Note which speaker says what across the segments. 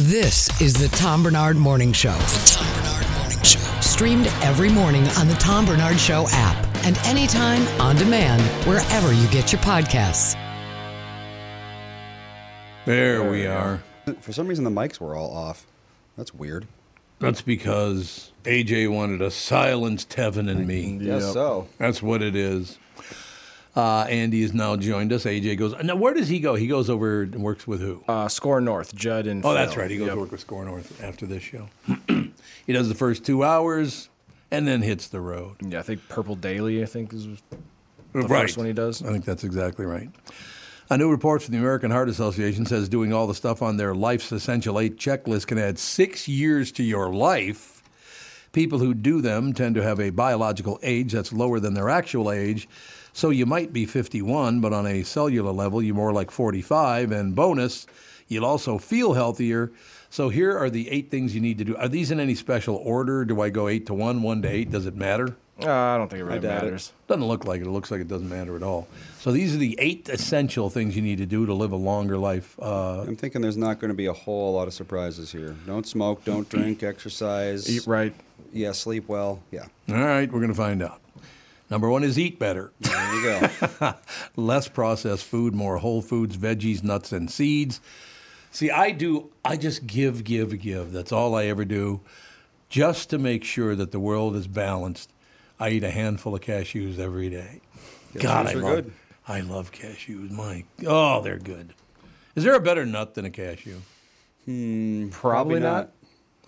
Speaker 1: This is the Tom Bernard Morning Show. The Tom Bernard Morning Show. Streamed every morning on the Tom Bernard Show app and anytime on demand wherever you get your podcasts.
Speaker 2: There we are.
Speaker 3: For some reason, the mics were all off. That's weird.
Speaker 2: That's because AJ wanted to silence Tevin and me.
Speaker 3: Guess so.
Speaker 2: That's what it is. Uh, Andy has now joined us. AJ goes, now where does he go? He goes over and works with who?
Speaker 4: Uh, Score North, Judd and
Speaker 2: oh,
Speaker 4: Phil.
Speaker 2: that's right. He goes
Speaker 4: Yep.
Speaker 2: to work with Score North after this show. he does the first two hours and then hits the road.
Speaker 4: Yeah, I think Purple Daily, I think is
Speaker 2: The
Speaker 4: first one he does.
Speaker 2: I think that's exactly right. A new report from the American Heart Association says doing all the stuff on their Life's Essential Eight checklist can add six years to your life. People who do them tend to have a biological age that's lower than their actual age. So you might be 51, but on a cellular level, you're more like 45. And bonus, you'll also feel healthier. So here are the eight things you need to do. Are these in any special order? Do I go eight to one, one to eight? Does it matter?
Speaker 4: Uh, I don't think it really
Speaker 3: doubt it.
Speaker 4: matters.
Speaker 2: Doesn't look like it. It looks like it doesn't matter at all. So these are the eight essential things you need to do to live a longer life. Uh,
Speaker 3: I'm thinking there's not going to be a whole lot of surprises here. Don't smoke, don't drink,
Speaker 4: Eat
Speaker 3: exercise.
Speaker 4: right.
Speaker 3: Yeah, sleep well. Yeah,
Speaker 2: all right, we're going to find out. Number one is eat better.
Speaker 3: there you go.
Speaker 2: Less processed food, more whole foods, veggies, nuts, and seeds. See, I do, I just give, give, give. That's all I ever do just to make sure that the world is balanced. I eat a handful of cashews every day. God, I
Speaker 3: Cashews are
Speaker 2: love,
Speaker 3: good.
Speaker 2: I love cashews. My, oh, they're good. Is there a better nut than a cashew?
Speaker 3: Hmm,
Speaker 4: Probably, not.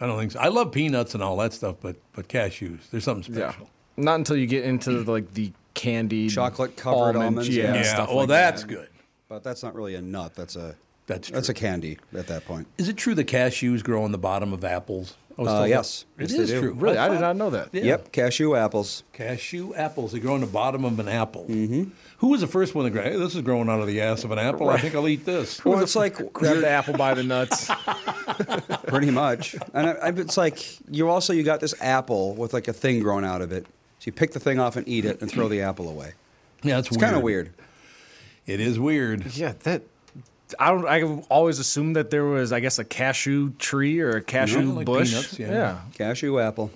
Speaker 2: I don't think so. I love peanuts and all that stuff, but but cashews, there's something
Speaker 4: Yeah.
Speaker 2: special.
Speaker 4: Not until you get into the, like the candied
Speaker 3: Chocolate-covered almonds,
Speaker 4: Yeah,
Speaker 3: yeah.
Speaker 4: stuff
Speaker 2: well,
Speaker 4: like
Speaker 2: that's
Speaker 4: that.
Speaker 2: good.
Speaker 3: But that's not really a nut. That's a
Speaker 2: That's
Speaker 3: that's
Speaker 2: true.
Speaker 3: a candy at that point.
Speaker 2: Is it true that cashews grow on the bottom of apples? Oh, it's
Speaker 3: Uh,
Speaker 2: still-
Speaker 3: yes.
Speaker 2: it
Speaker 3: Yes, they
Speaker 2: is
Speaker 3: do.
Speaker 2: true.
Speaker 4: Really, I, did
Speaker 2: thought
Speaker 4: not know that.
Speaker 2: Yeah.
Speaker 3: Yep, cashew apples.
Speaker 2: Cashew apples. They grow on the bottom of an apple. Mm-hmm. Who was the first one to grow? Hey, this is growing out of the ass of an apple. I think I'll eat this.
Speaker 3: Well, it's like
Speaker 4: Grab the apple by the nuts.
Speaker 3: pretty much, and I, I, it's like you also you got this apple with like a thing growing out of it. So you pick the thing off and eat it, and throw the apple away.
Speaker 2: Yeah, that's
Speaker 3: It's kind of weird.
Speaker 2: It is weird.
Speaker 4: yeah, that. I don't. I always assumed that there was, I guess, a cashew tree or a cashew
Speaker 2: Yeah, like
Speaker 4: bush.
Speaker 2: peanuts, yeah.
Speaker 3: Cashew apple.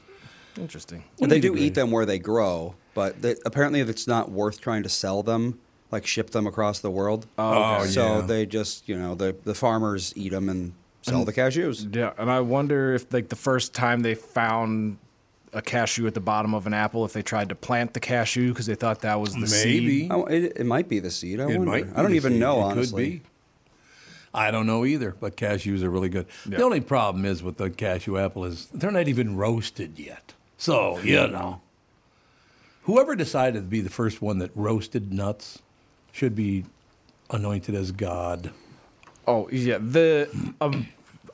Speaker 4: interesting.
Speaker 3: Well, they do eat them where they grow, but they, apparently it's not worth trying to sell them, like ship them across the world.
Speaker 2: Oh, okay.
Speaker 3: so
Speaker 2: yeah.
Speaker 3: they just you know the the farmers eat them and sell the cashews.
Speaker 4: Yeah, and I wonder if like the first time they found a cashew at the bottom of an apple, if they tried to plant the cashew because they thought that was the
Speaker 2: Maybe.
Speaker 4: seed.
Speaker 3: I, it, it might be the seed. I
Speaker 2: It
Speaker 3: wonder.
Speaker 2: might. be
Speaker 3: I don't
Speaker 2: the
Speaker 3: even
Speaker 2: seed.
Speaker 3: know
Speaker 2: It
Speaker 3: honestly.
Speaker 2: Could be. I don't know either, but cashews are really good. The
Speaker 4: Yeah.
Speaker 2: only problem is with the cashew apple is they're not even roasted yet. So, you know. Whoever decided to be the first one that roasted nuts should be anointed as God.
Speaker 4: Oh yeah, the um,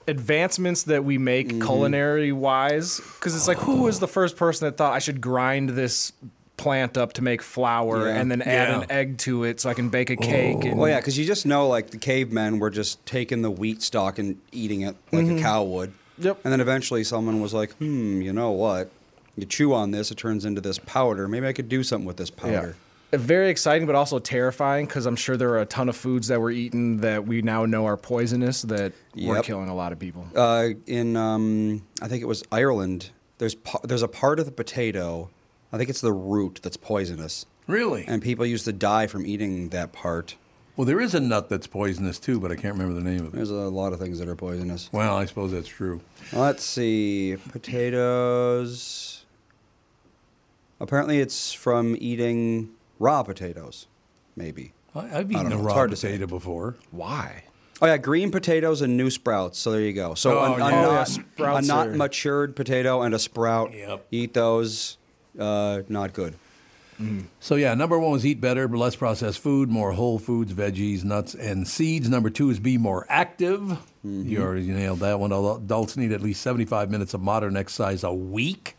Speaker 4: advancements that we make
Speaker 3: Mm-hmm.
Speaker 4: culinary wise, because it's like who was the first person that thought I should grind this plant up to make flour
Speaker 3: Yeah. Oh.
Speaker 4: and then add
Speaker 2: Yeah.
Speaker 4: an egg to it so I can bake a cake? And,
Speaker 3: Well, yeah, because you just know like the cavemen were just taking the wheat stalk and eating it like
Speaker 2: Mm-hmm.
Speaker 3: a cow would.
Speaker 4: Yep.
Speaker 3: And then eventually someone was like, hmm, you know what? You chew on this, it turns into this powder. Maybe I could do something with this powder.
Speaker 4: Uh, Very exciting, but also terrifying because I'm sure there are a ton of foods that were eaten that we now know are poisonous that were
Speaker 3: Yep.
Speaker 4: killing a lot of people.
Speaker 3: Uh, in um, I think it was Ireland. There's pa- there's a part of the potato. I think it's the root that's poisonous,
Speaker 2: Really?
Speaker 3: and people used to die from eating that part.
Speaker 2: well, there is a nut that's poisonous too, but I can't remember the name of it.
Speaker 3: There's a lot of things that are poisonous.
Speaker 2: Well, I suppose that's true.
Speaker 3: Let's see. Potatoes. Apparently, it's from eating raw potatoes, maybe.
Speaker 2: I, I've
Speaker 3: I don't
Speaker 2: eaten
Speaker 3: know.
Speaker 2: a
Speaker 3: It's
Speaker 2: raw
Speaker 3: hard to say.
Speaker 2: potato before.
Speaker 4: Why?
Speaker 3: Oh, yeah, green potatoes and new sprouts. So there you go. So
Speaker 2: Oh,
Speaker 3: a,
Speaker 2: yeah.
Speaker 3: a
Speaker 4: Oh, yeah,
Speaker 3: not, a
Speaker 4: sprouts
Speaker 3: not
Speaker 4: are-
Speaker 3: matured potato and a sprout.
Speaker 2: Yep.
Speaker 3: Eat those. Uh, not good.
Speaker 2: Mm. So yeah, number one was eat better, but less processed food, more whole foods, veggies, nuts, and seeds. Number two is be more active.
Speaker 3: Mm-hmm.
Speaker 2: You already nailed that one. Although Adults need at least 75 minutes of modern exercise a week.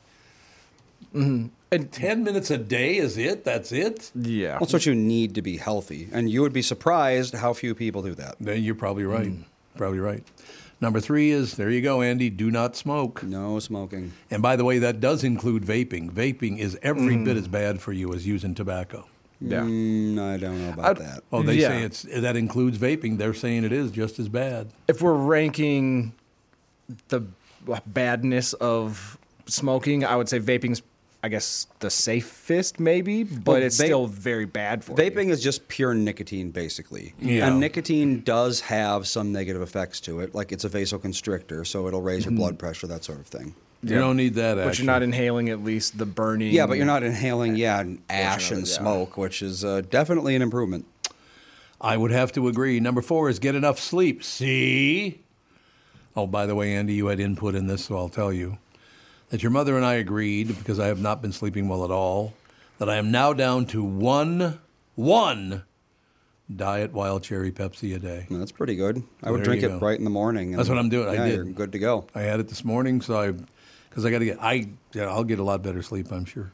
Speaker 4: And
Speaker 2: 10 minutes a day is it? That's it?
Speaker 4: yeah,
Speaker 3: That's what you need to be healthy, and you would be surprised how few people do that. Mm.
Speaker 2: Then you're probably right. Probably right. Number three is there you go, Andy. Do not smoke.
Speaker 3: No smoking.
Speaker 2: And by the way, that does include vaping. Vaping is every bit as bad for you as using tobacco.
Speaker 4: yeah.
Speaker 3: Mm, I don't know about
Speaker 4: I'd-
Speaker 3: that.
Speaker 2: Oh, they
Speaker 4: Yeah.
Speaker 2: say it's that includes vaping. They're saying it is just as bad.
Speaker 4: If we're ranking the badness of smoking, I would say vaping's, I guess, the safest maybe, but
Speaker 3: Well,
Speaker 4: it's
Speaker 3: vape-
Speaker 4: still very bad for you.
Speaker 3: Vaping is just pure nicotine, basically.
Speaker 2: Yeah.
Speaker 3: And nicotine does have some negative effects to it, like it's a vasoconstrictor, so it'll raise your blood pressure, that sort of thing.
Speaker 2: Mm-hmm. You don't need that.
Speaker 4: But
Speaker 2: actually.
Speaker 4: you're not inhaling at least the burning.
Speaker 3: Yeah, but you're not inhaling, yeah, and ash and
Speaker 4: yeah.
Speaker 3: smoke, which is uh, definitely an improvement.
Speaker 2: I would have to agree. Number four is get enough sleep. See? Oh, by the way, Andy, you had input in this, so I'll tell you that your mother and I agreed because I have not been sleeping well at all. That I am now down to one, one diet wild cherry Pepsi a day.
Speaker 3: That's pretty good. I would
Speaker 2: There
Speaker 3: drink
Speaker 2: you
Speaker 3: it
Speaker 2: go.
Speaker 3: right in the morning. and-
Speaker 2: That's what I'm doing. I
Speaker 3: yeah,
Speaker 2: did.
Speaker 3: You're good to go.
Speaker 2: I had it this morning, so I, because I got to get, I, yeah, I'll get a lot better sleep, I'm sure.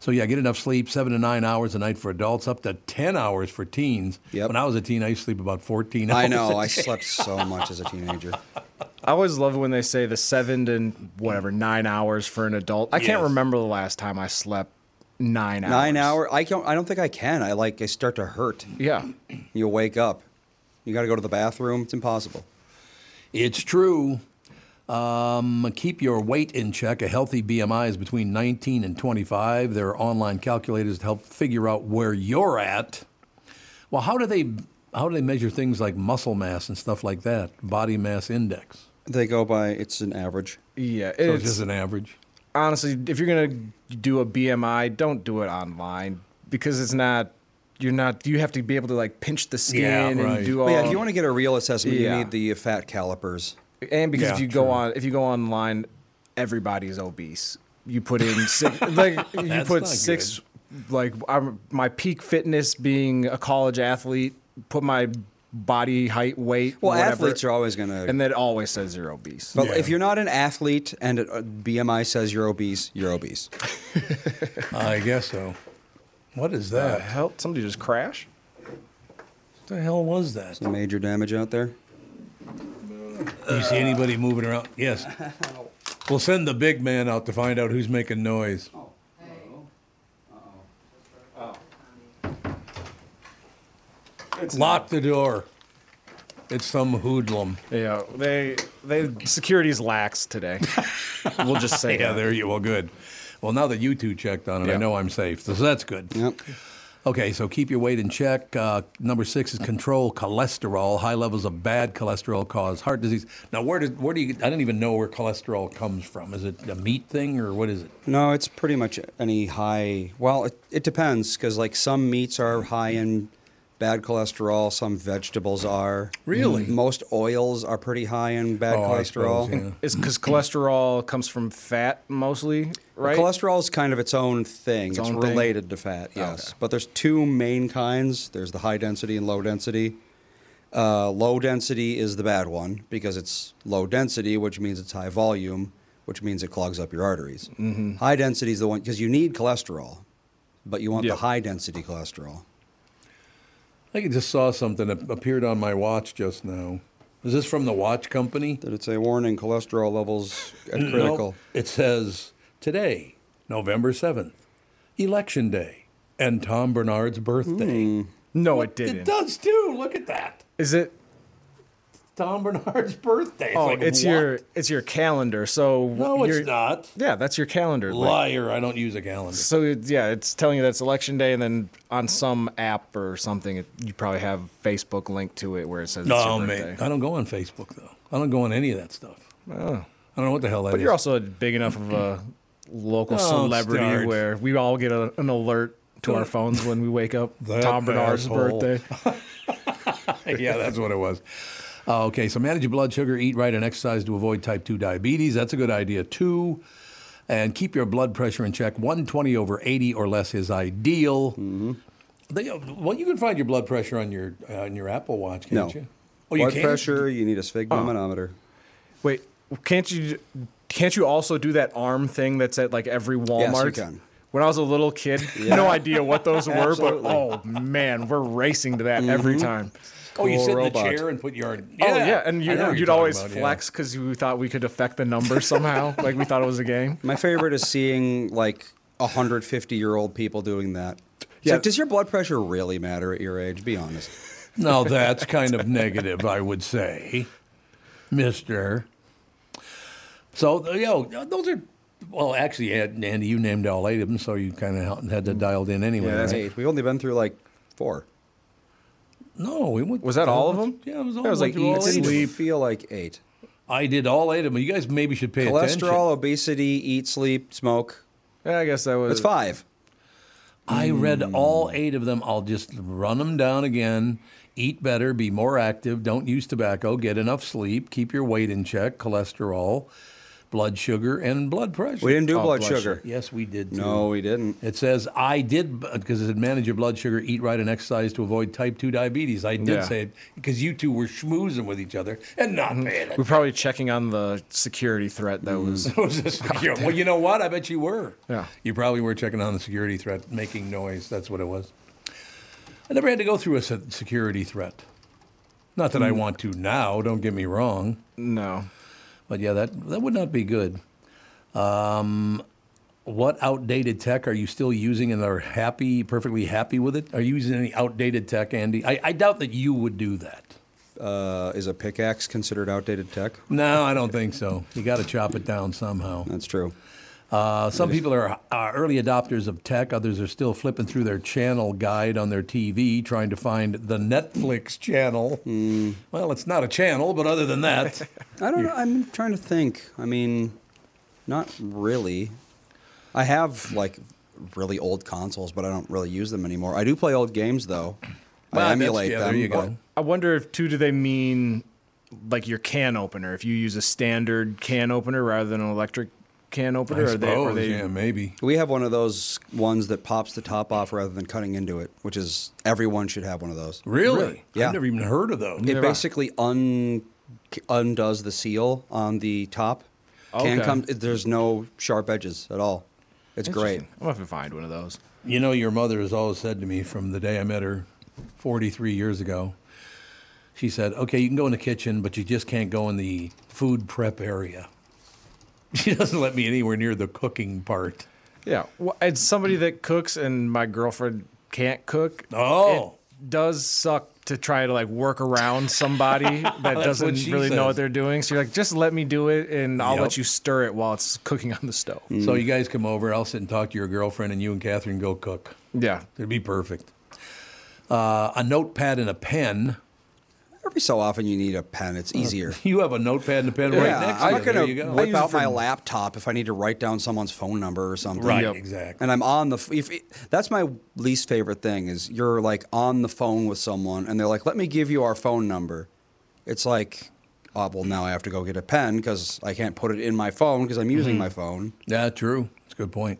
Speaker 2: So yeah, get enough sleep, seven to nine hours a night for adults, up to ten hours for teens.
Speaker 3: Yep.
Speaker 2: When I was a teen, I used to sleep about fourteen hours.
Speaker 3: I know. I slept so much as a teenager.
Speaker 4: I always love when they say the seven to whatever nine hours for an adult. I
Speaker 2: Yes.
Speaker 4: can't remember the last time I slept nine hours.
Speaker 3: Nine hour. I don't. I don't think I can. I like. I start to hurt.
Speaker 4: Yeah,
Speaker 3: You wake up. You got to go to the bathroom. It's impossible.
Speaker 2: It's true. Um, keep your weight in check. A healthy BMI is between 19 and 25. There are online calculators to help figure out where you're at. Well, how do they how do they measure things like muscle mass and stuff like that? Body mass index.
Speaker 3: They go by. It's an average.
Speaker 4: yeah.
Speaker 2: So
Speaker 4: It's,
Speaker 2: it's just an average.
Speaker 4: honestly, if you're gonna do a BMI, don't do it online because it's not. You're not. You have to be able to like pinch the skin
Speaker 2: Yeah,
Speaker 4: and
Speaker 2: right.
Speaker 4: do all.
Speaker 3: But yeah. If you want to get a real assessment,
Speaker 4: Yeah.
Speaker 3: you need the fat calipers.
Speaker 4: and because
Speaker 2: Yeah,
Speaker 4: if you go
Speaker 2: true.
Speaker 4: on, if you go online, everybody's obese. You put in six, like you
Speaker 2: That's
Speaker 4: put
Speaker 2: not
Speaker 4: six, like I'm, my peak fitness being a college athlete. Put my body height weight.
Speaker 3: Well,
Speaker 4: whatever,
Speaker 3: athletes are always going to.
Speaker 4: and that always says you're obese.
Speaker 3: But
Speaker 2: Yeah.
Speaker 3: if you're not an athlete and uh, a a BMI says you're obese, you're obese.
Speaker 2: I guess so. What is
Speaker 4: the
Speaker 2: that?
Speaker 4: hell, somebody just crash?
Speaker 2: What the hell was that?
Speaker 3: The major damage out there.
Speaker 2: You see anybody moving around? Yes. We'll send the big man out to find out who's making noise. Lock the door. It's some hoodlum.
Speaker 4: Yeah, they they security's lax today. we'll just say
Speaker 2: Yeah,
Speaker 4: that.
Speaker 2: there you. Well, good. Well, now that you two checked on it, I
Speaker 4: Yeah.
Speaker 2: know I'm safe. So that's good.
Speaker 3: Yep.
Speaker 2: Okay, so keep your weight in check. Uh, number six is control cholesterol. High levels of bad cholesterol cause heart disease. Now, where does where do you? I don't even know where cholesterol comes from. Is it a meat thing or what is it?
Speaker 3: No, it's pretty much any high. Well, it, it depends because like some meats are high in bad cholesterol, some vegetables are.
Speaker 2: Really?
Speaker 3: Most oils are pretty high in bad
Speaker 2: Oh, I
Speaker 3: cholesterol.
Speaker 2: suppose, yeah.
Speaker 4: It's because cholesterol comes from fat mostly, right?
Speaker 3: Cholesterol is kind of its own thing. It's,
Speaker 4: own thing?
Speaker 3: related to fat, yes.
Speaker 4: okay.
Speaker 3: But there's two main kinds. There's the high density and low density. Uh, low density is the bad one because it's low density, which means it's high volume, which means it clogs up your arteries.
Speaker 4: Mm-hmm.
Speaker 3: High density is the one because you need cholesterol, but you want
Speaker 4: Yep.
Speaker 3: the high density cholesterol.
Speaker 2: I think I just saw something that appeared on my watch just now. Is this from the watch company?
Speaker 3: Did it say warning cholesterol levels at critical?
Speaker 2: No, it says today, November 7th, election day, and Tom Bernard's birthday.
Speaker 3: Hmm.
Speaker 4: No, it
Speaker 2: It
Speaker 4: didn't.
Speaker 2: does too. Look at that.
Speaker 4: Is it?
Speaker 2: Tom Bernard's birthday. It's
Speaker 4: oh,
Speaker 2: like,
Speaker 4: it's
Speaker 2: what?
Speaker 4: your it's your calendar. So
Speaker 2: No,
Speaker 4: you're-
Speaker 2: it's not.
Speaker 4: Yeah, that's your calendar. like-
Speaker 2: Liar. I don't use a calendar.
Speaker 4: so it, yeah, it's telling you that's election day, and then on some app or something, it, you probably have Facebook linked to it where it says it's
Speaker 2: No,
Speaker 4: your
Speaker 2: Oh, man.
Speaker 4: birthday. Oh.
Speaker 2: I don't go on Facebook, though. I don't go on any of that stuff. I don't know what the hell that
Speaker 4: But you're
Speaker 2: is. Oh,
Speaker 4: also big enough of a local
Speaker 2: Don't
Speaker 4: celebrity
Speaker 2: start.
Speaker 4: where we all get a, an alert to our phones when we wake up.
Speaker 2: That
Speaker 4: Tom Bernard's
Speaker 2: asshole.
Speaker 4: birthday.
Speaker 2: yeah, that's what it was. Uh, okay, so manage your blood sugar, eat right, and exercise to avoid type 2 diabetes. That's a good idea, too. and keep your blood pressure in check. 120 over 80 or less is ideal. They, well, you can find your blood pressure on your on your Apple Watch,
Speaker 3: No.
Speaker 2: can't Oh. you? Oh, you
Speaker 3: Blood
Speaker 2: can?
Speaker 3: pressure. You need a sphygmomanometer.
Speaker 4: Wait, can't you can't you also do that arm thing that's at like every Walmart?
Speaker 3: can.
Speaker 4: When I was a little kid, no idea what those were, but
Speaker 3: Absolutely. Mm-hmm.
Speaker 4: oh man, we're racing to that every time.
Speaker 2: Oh, you
Speaker 3: Cool
Speaker 2: sit
Speaker 3: robot.
Speaker 2: in the chair and put your.
Speaker 4: Oh yeah, and
Speaker 2: I know
Speaker 4: you,
Speaker 2: what you're
Speaker 4: you'd
Speaker 2: talking
Speaker 4: always
Speaker 2: about, yeah.
Speaker 4: flex because you thought we could affect the number somehow, like we thought it was a game.
Speaker 3: My favorite is seeing like 150 year old people doing that. It's
Speaker 4: Yeah.
Speaker 3: like, does your blood pressure really matter at your age? Be honest.
Speaker 2: Now that's kind of negative, I would say, Mister. So you know, those are well. Actually, Ed- Andy, you named all eight of them, so you kind of had that dialed in anyway. right?
Speaker 3: Hey, We've only been through like four.
Speaker 2: No, it went,
Speaker 4: Was that all of them?
Speaker 2: Yeah, it was all.
Speaker 4: That was
Speaker 2: went
Speaker 4: like
Speaker 2: through all eight
Speaker 4: eat,
Speaker 2: of them.
Speaker 4: sleep.
Speaker 3: Feel like eight.
Speaker 2: I did all eight of them. You guys maybe should pay attention.
Speaker 3: Cholesterol, obesity, eat, sleep, smoke.
Speaker 4: Yeah, I guess that was.
Speaker 3: That's five.
Speaker 2: I read all eight of them. I'll just run them down again. Eat better, be more active, don't use tobacco, get enough sleep, keep your weight in check, cholesterol, blood sugar, and blood pressure.
Speaker 3: We didn't do
Speaker 4: Oh,
Speaker 3: blood,
Speaker 4: blood
Speaker 3: sugar.
Speaker 2: Yes, we did. Too.
Speaker 3: No, we didn't.
Speaker 2: It says I did because it said manage your blood sugar, eat right, and exercise to avoid type two diabetes. I did
Speaker 4: Yeah.
Speaker 2: say it because you two were schmoozing with each other and not paying
Speaker 4: Mm-hmm. We're
Speaker 2: attention. Mm-hmm.
Speaker 4: probably checking on the security threat that was.
Speaker 2: It was just- well, you know what? I bet you were.
Speaker 4: Yeah.
Speaker 2: You probably were checking on the security threat, making noise. That's what it was. I never had to go through a se- security threat. Not that I want to now. Don't get me wrong.
Speaker 4: No.
Speaker 2: But yeah, that that would not be good. Um, what outdated tech are you still using and are happy, perfectly happy with it? Are you using any outdated tech, Andy? I, I doubt that you would do that.
Speaker 3: Uh, is a pickaxe considered outdated tech?
Speaker 2: No, I don't think so. You got to chop it down somehow.
Speaker 3: That's true.
Speaker 2: Uh, some people are, are early adopters of tech. Others are still flipping through their channel guide on their TV, trying to find the Netflix channel.
Speaker 3: Hmm.
Speaker 2: Well, it's not a channel, but other than that,
Speaker 3: I don't know. I'm trying to think. I mean, not really. I have like really old consoles, but I don't really use them anymore. I do play old games though.
Speaker 2: Well,
Speaker 3: I
Speaker 2: that's-
Speaker 3: emulate
Speaker 2: yeah,
Speaker 3: them.
Speaker 2: there you
Speaker 3: but
Speaker 2: go.
Speaker 4: I wonder if two do they mean like your can opener? If you use a standard can opener rather than an electric can opener,
Speaker 2: I
Speaker 4: are they? Are
Speaker 2: suppose,
Speaker 4: they
Speaker 2: yeah, maybe.
Speaker 3: We have one of those ones that pops the top off rather than cutting into it, which is everyone should have one of those.
Speaker 2: Really?
Speaker 3: Yeah.
Speaker 2: I've never even heard of those.
Speaker 3: It basically un undoes the seal on the top. Can
Speaker 4: Okay.
Speaker 3: come. There's no sharp edges at all. It's great.
Speaker 4: Interesting. I'm gonna have to find one of those.
Speaker 2: You know, your mother has always said to me from the day I met her 43 years ago, she said, okay, you can go in the kitchen, but you just can't go in the food prep area. She doesn't let me anywhere near the cooking part.
Speaker 4: Yeah, well, as somebody that cooks and my girlfriend can't cook,
Speaker 2: Oh.
Speaker 4: it does suck to try to like work around somebody that doesn't
Speaker 2: she
Speaker 4: really know
Speaker 2: says.
Speaker 4: what they're doing. So you're like, just let me do it, and I'll
Speaker 2: Yep.
Speaker 4: let you stir it while it's cooking on the stove.
Speaker 3: Mm.
Speaker 2: So you guys come over, I'll sit and talk to your girlfriend, and you and Catherine go cook.
Speaker 4: Yeah,
Speaker 2: It'd be perfect. Uh, a notepad and a pen. Uh,
Speaker 3: Every so often you need a pen. It's easier.
Speaker 2: You have a notepad and a pen right next to
Speaker 3: I'm
Speaker 2: you.
Speaker 3: not
Speaker 2: There
Speaker 3: gonna
Speaker 2: you go.
Speaker 4: I
Speaker 3: whip
Speaker 4: use it
Speaker 3: out my
Speaker 4: for-
Speaker 3: laptop if I need to write down someone's phone number or something.
Speaker 2: Right,
Speaker 4: Yep.
Speaker 2: exactly.
Speaker 3: And I'm on the. f- If it, that's my least favorite thing is you're like on the phone with someone and they're like, "Let me give you our phone number." It's like, oh well, now I have to go get a pen because I can't put it in my phone because I'm
Speaker 2: Mm-hmm.
Speaker 3: using my phone.
Speaker 2: Yeah, true. That's a good point.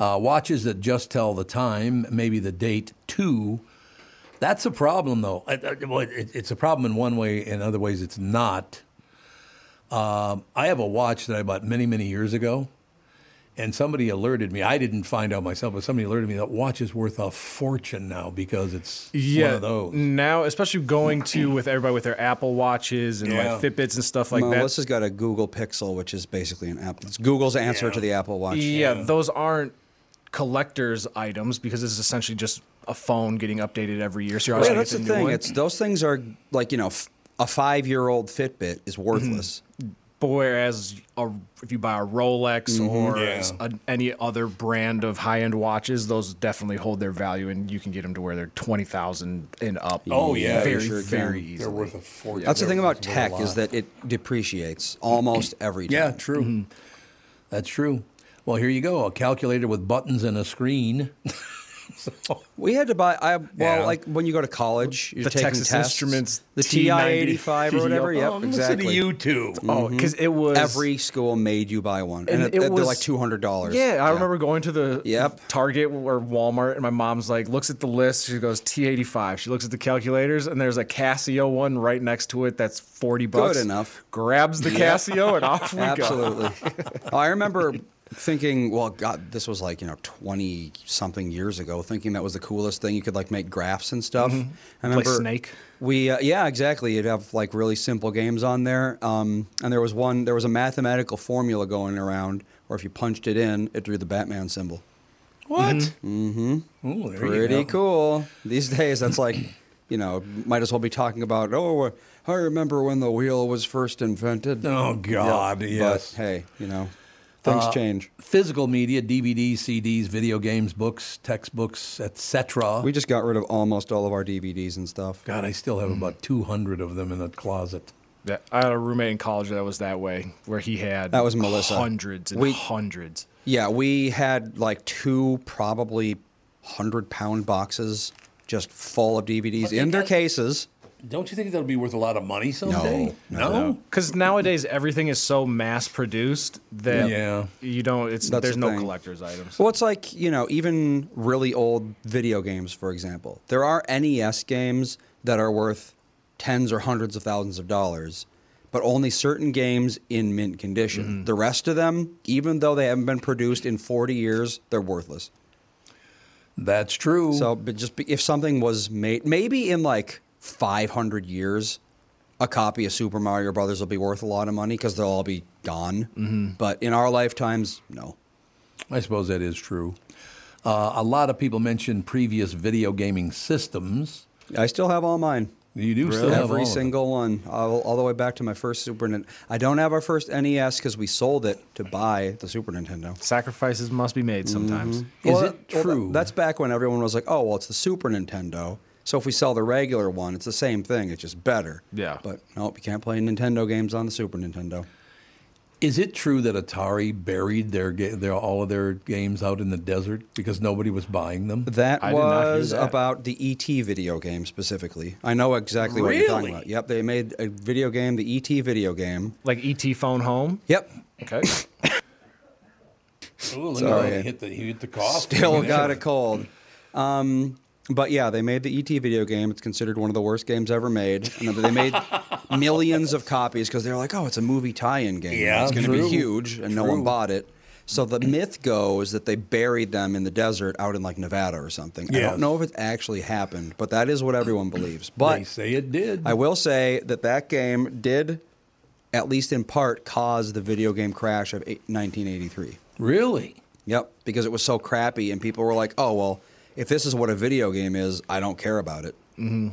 Speaker 2: Uh, watches that just tell the time, maybe the date too. That's a problem, though. I- I- well, it- It's a problem in one way. In other ways, it's not. Um, I have a watch that I bought many, many years ago, and somebody alerted me. I didn't find out myself, but somebody alerted me that watch is worth a fortune now because it's
Speaker 4: yeah.
Speaker 2: one of those.
Speaker 4: Now, especially going to with everybody with their Apple watches and
Speaker 2: Yeah.
Speaker 4: like Fitbits and stuff like that.
Speaker 3: Melissa's got a Google Pixel, which is basically an app. It's Google's answer
Speaker 2: Yeah.
Speaker 3: to the Apple Watch.
Speaker 4: Yeah, those aren't collectors' items because it's essentially just a phone getting updated every year. So you're always
Speaker 3: Yeah,
Speaker 4: gonna
Speaker 3: that's the
Speaker 4: get the new
Speaker 3: thing.
Speaker 4: one.
Speaker 3: It's those things are like you know, f- a five-year-old Fitbit is worthless.
Speaker 4: Mm-hmm. But whereas a, if you buy a Rolex
Speaker 3: Mm-hmm.
Speaker 4: or
Speaker 2: Yeah.
Speaker 4: a, any other brand of high-end watches, those definitely hold their value, and you can get them to where they're twenty thousand and up.
Speaker 2: Oh, yeah,
Speaker 4: very
Speaker 2: you sure can.
Speaker 4: very easily.
Speaker 2: They're worth a fortune.
Speaker 3: That's the
Speaker 2: They're
Speaker 3: thing about
Speaker 2: worth a
Speaker 3: tech
Speaker 2: lot.
Speaker 3: is that it depreciates almost every
Speaker 2: Yeah,
Speaker 3: time.
Speaker 2: true. That's true. Well, here you go. A calculator with buttons and a screen.
Speaker 3: We had to buy. I well,
Speaker 4: Yeah.
Speaker 3: like when you go to college, you're
Speaker 4: The
Speaker 3: taking
Speaker 4: Texas
Speaker 3: tests.
Speaker 4: Instruments
Speaker 3: the TI eighty five or whatever.
Speaker 4: Yup.
Speaker 3: Yep,
Speaker 2: Oh,
Speaker 3: exactly.
Speaker 2: Listen to you two.
Speaker 4: Oh, because it was
Speaker 3: Every school made you buy one, and,
Speaker 4: And
Speaker 3: it,
Speaker 4: it
Speaker 3: they're
Speaker 4: was-
Speaker 3: like two hundred dollars.
Speaker 4: Yeah, I remember going to the
Speaker 3: Yep.
Speaker 4: Target or Walmart, and my mom's like, looks at the list. She goes T85. She looks at the calculators, and there's a Casio one right next to it. That's forty bucks.
Speaker 3: enough.
Speaker 4: Grabs the Casio, and off we go.
Speaker 3: Absolutely. Oh, I remember thinking, well, God, this was like, you know, 20 something years ago, thinking that was the coolest thing. You could like make graphs and stuff. I remember
Speaker 4: Mm-hmm. Snake.
Speaker 3: We, uh, yeah, exactly. You'd have like really simple games on there. Um, and there was one, there was a mathematical formula going around where if you punched it in, it drew the Batman symbol.
Speaker 2: What? Mm-hmm. Ooh, there you go.
Speaker 3: Pretty cool. These days, that's like, you know, might as well be talking about, oh, I remember when the wheel was first invented.
Speaker 2: Oh God,
Speaker 3: But,
Speaker 2: yes. Uh,
Speaker 3: hey, you know, things change.
Speaker 2: Physical media, DVDs, CDs, video games, books, textbooks, etc.
Speaker 3: We just got rid of almost all of our DVDs and stuff. Mm.
Speaker 2: God, I still have about 200 of them in that closet.
Speaker 4: Yeah, I had a roommate in college that was that way, where he had
Speaker 3: That was Melissa.
Speaker 4: hundreds and
Speaker 3: We-
Speaker 4: hundreds.
Speaker 3: Yeah, we had like two probably hundred pound boxes just full of DVDs in their cases.
Speaker 2: Don't you think that'll be worth a lot of money someday? No.
Speaker 4: Because nowadays everything is so mass produced that
Speaker 2: Yeah.
Speaker 4: you don't. It's
Speaker 3: That's
Speaker 4: there's
Speaker 3: the
Speaker 4: no
Speaker 3: thing.
Speaker 4: collectors items.
Speaker 3: Well, it's like, you know, even really old video games, for example. There are NES games that are worth tens or hundreds of thousands of dollars, but only certain games in mint condition.
Speaker 4: Mm.
Speaker 3: The rest of them, even though they haven't been produced in 40 years, they're worthless.
Speaker 2: That's true.
Speaker 3: So, but just be- if something was made, maybe in like 500 years, a copy of Super Mario Brothers will be worth a lot of money because they'll all be gone. But in our lifetimes, no.
Speaker 2: I suppose that is true. Uh, a lot of people mention previous video gaming systems.
Speaker 3: I still have all mine.
Speaker 2: You do still have all
Speaker 3: Every
Speaker 2: of them.
Speaker 3: single one, all, all the way back to my first Super Nintendo. I don't have our first NES because we sold it to buy the Super Nintendo.
Speaker 4: Sacrifices must be made sometimes.
Speaker 2: Is
Speaker 3: Well,
Speaker 2: it
Speaker 3: that- well, that-
Speaker 2: true?
Speaker 3: that's back when everyone was like, "Oh, well, it's the Super Nintendo." So if we sell the regular one, it's the same thing. It's just better.
Speaker 4: Yeah.
Speaker 3: But nope, you can't play Nintendo games on the Super Nintendo.
Speaker 2: Is it true that Atari buried their, ga- their all of their games out in the desert because nobody was buying them?
Speaker 3: That
Speaker 4: I did not hear
Speaker 3: was
Speaker 4: that.
Speaker 3: about the ET video game specifically. I know exactly what you're talking
Speaker 2: Really?
Speaker 3: about. Yep, they made a video game, the ET video game.
Speaker 4: Like
Speaker 2: E
Speaker 4: ET phone home.
Speaker 3: Yep,
Speaker 4: Okay.
Speaker 2: Ooh, look
Speaker 3: Sorry.
Speaker 2: that. He hit the, he hit the cough.
Speaker 3: still got a cold. Um, but yeah, they made the ET video game. It's considered one of the worst games ever made. And they made millions of copies because they're like, oh, it's a movie tie-in game.
Speaker 2: Yeah,
Speaker 3: it's going to be
Speaker 2: true.
Speaker 3: huge, and no one
Speaker 2: True.
Speaker 3: bought it. So the myth goes that they buried them in the desert out in like Nevada or something. I
Speaker 2: Yes.
Speaker 3: don't know if it actually happened, but that is what everyone believes. But
Speaker 2: They say it did.
Speaker 3: I will say that that game did, at least in part, cause the video game crash of eight- 1983.
Speaker 2: really?
Speaker 3: Yep, because it was so crappy, and people were like, "Oh well, if this is what a video game is, I don't care about it."
Speaker 4: mm-hmm.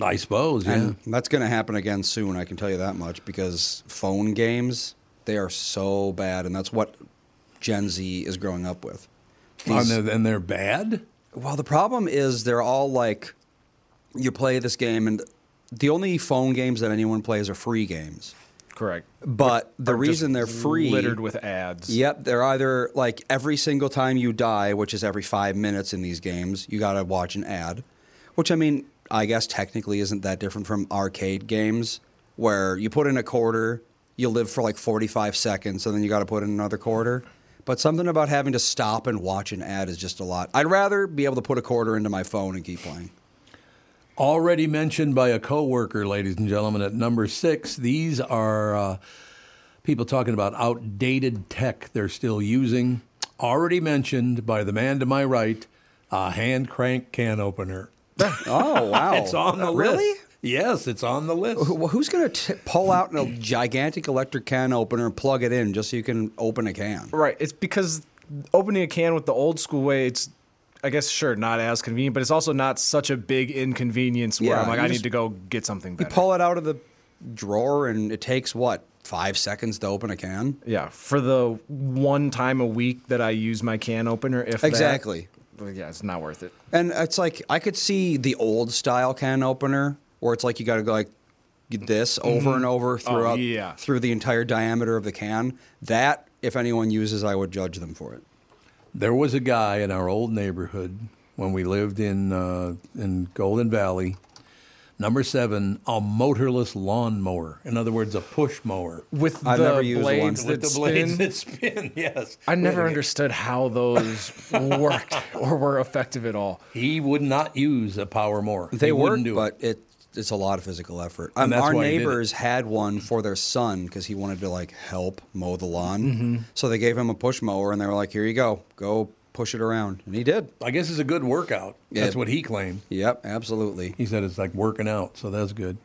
Speaker 2: I suppose, yeah.
Speaker 3: And that's going to happen again soon. I can tell you that much because phone games they are so bad, and that's what Gen Z is growing up with.
Speaker 2: Oh,
Speaker 3: These-
Speaker 2: and, they're, and they're bad?
Speaker 3: Well, the problem is they're all like, you play this game, and the only phone games that anyone plays are free games.
Speaker 4: Correct.
Speaker 3: But the
Speaker 4: Just
Speaker 3: reason they're free
Speaker 4: littered with ads.
Speaker 3: Yep, they're either like every single time you die, which is every five minutes in these games, you gotta watch an ad, which I mean, I guess technically isn't that different from arcade games where you put in a quarter, you live for like 45 seconds, and then you gotta put in another quarter. But something about having to stop and watch an ad is just a lot. I'd rather be able to put a quarter into my phone and keep playing.
Speaker 2: Already mentioned by a coworker, ladies and gentlemen, at number six. These are uh, people talking about outdated tech they're still using. Already mentioned by the man to my right, a hand crank can opener.
Speaker 3: Oh, wow.
Speaker 2: It's on the list.
Speaker 3: Really?
Speaker 2: Yes, it's on the list.
Speaker 3: Well, who's going to pull out a gigantic electric can opener and plug it in just so you can open a can?
Speaker 4: Right. It's because opening a can with the old school way, it's I guess sure not as convenient, but it's also not such a big inconvenience where
Speaker 3: Yeah,
Speaker 4: I'm like
Speaker 3: you
Speaker 4: I
Speaker 3: just-
Speaker 4: need to go get something
Speaker 3: You
Speaker 4: better.
Speaker 3: pull it out of the drawer, and it takes what five seconds to open a can.
Speaker 4: yeah, for the one time a week that I use my can opener, if that-
Speaker 3: Exactly.
Speaker 4: Well, yeah, it's not worth it.
Speaker 3: And it's like I could see the old style can opener, where it's like you got to go like this over and over throughout
Speaker 4: Mm-hmm. Oh, yeah.
Speaker 3: through the entire diameter of the can. That, if anyone uses, I would judge them for it.
Speaker 2: There was a guy in our old neighborhood when we lived in uh, in Golden Valley. Number seven, a motorless lawnmower. In other words, a push mower.
Speaker 4: with the
Speaker 3: I've never used one.
Speaker 4: blades
Speaker 2: With
Speaker 4: that
Speaker 2: the blades
Speaker 4: spin.
Speaker 2: that spin, yes.
Speaker 4: I never understood how those worked or were effective at all.
Speaker 2: He would not use a power mower.
Speaker 3: They
Speaker 2: he
Speaker 3: work,
Speaker 2: wouldn't do it.
Speaker 3: but it it's a lot of physical effort. Um,
Speaker 2: that's
Speaker 3: our
Speaker 2: why he did it.
Speaker 3: neighbors had one for their son because he wanted to like help mow the lawn.
Speaker 2: Mm-hmm.
Speaker 3: So they gave him a push mower, and they were like, "Here you go, go push it around," and he did.
Speaker 2: I guess it's a good workout. That's
Speaker 3: Yeah.
Speaker 2: what he claimed.
Speaker 3: Yep, absolutely.
Speaker 2: He said it's like working out, so that's good.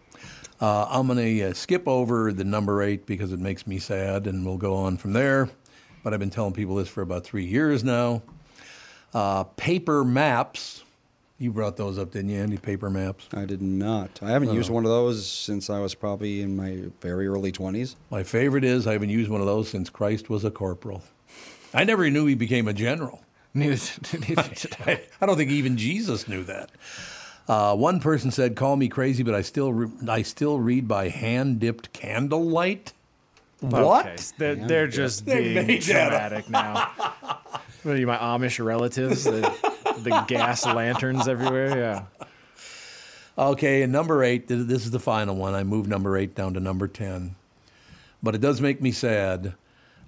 Speaker 2: Uh, I'm going to uh, skip over the number eight because it makes me sad, and we'll go on from there. But I've been telling people this for about three years now. Uh, paper maps. You brought those up, didn't you, Andy? Paper maps. Uh,
Speaker 3: I did not. I haven't
Speaker 2: Oh.
Speaker 3: used one of those since I was probably in my very early twenties.
Speaker 2: My favorite is I haven't used one of those since Christ was a corporal. I never knew he became a general.
Speaker 4: Neither did I.
Speaker 2: I, I don't think even Jesus knew that. Uh, one person said, "Call me crazy, but I still re- I still read by hand dipped candlelight."
Speaker 3: What?
Speaker 4: Okay, so They're, they're just being
Speaker 2: made that
Speaker 4: dramatic now. What are you, my Amish relatives? The, the gas lanterns everywhere? Yeah.
Speaker 2: Okay, and number eight. th- This is the final one. I moved number eight down to number ten, but it does make me sad.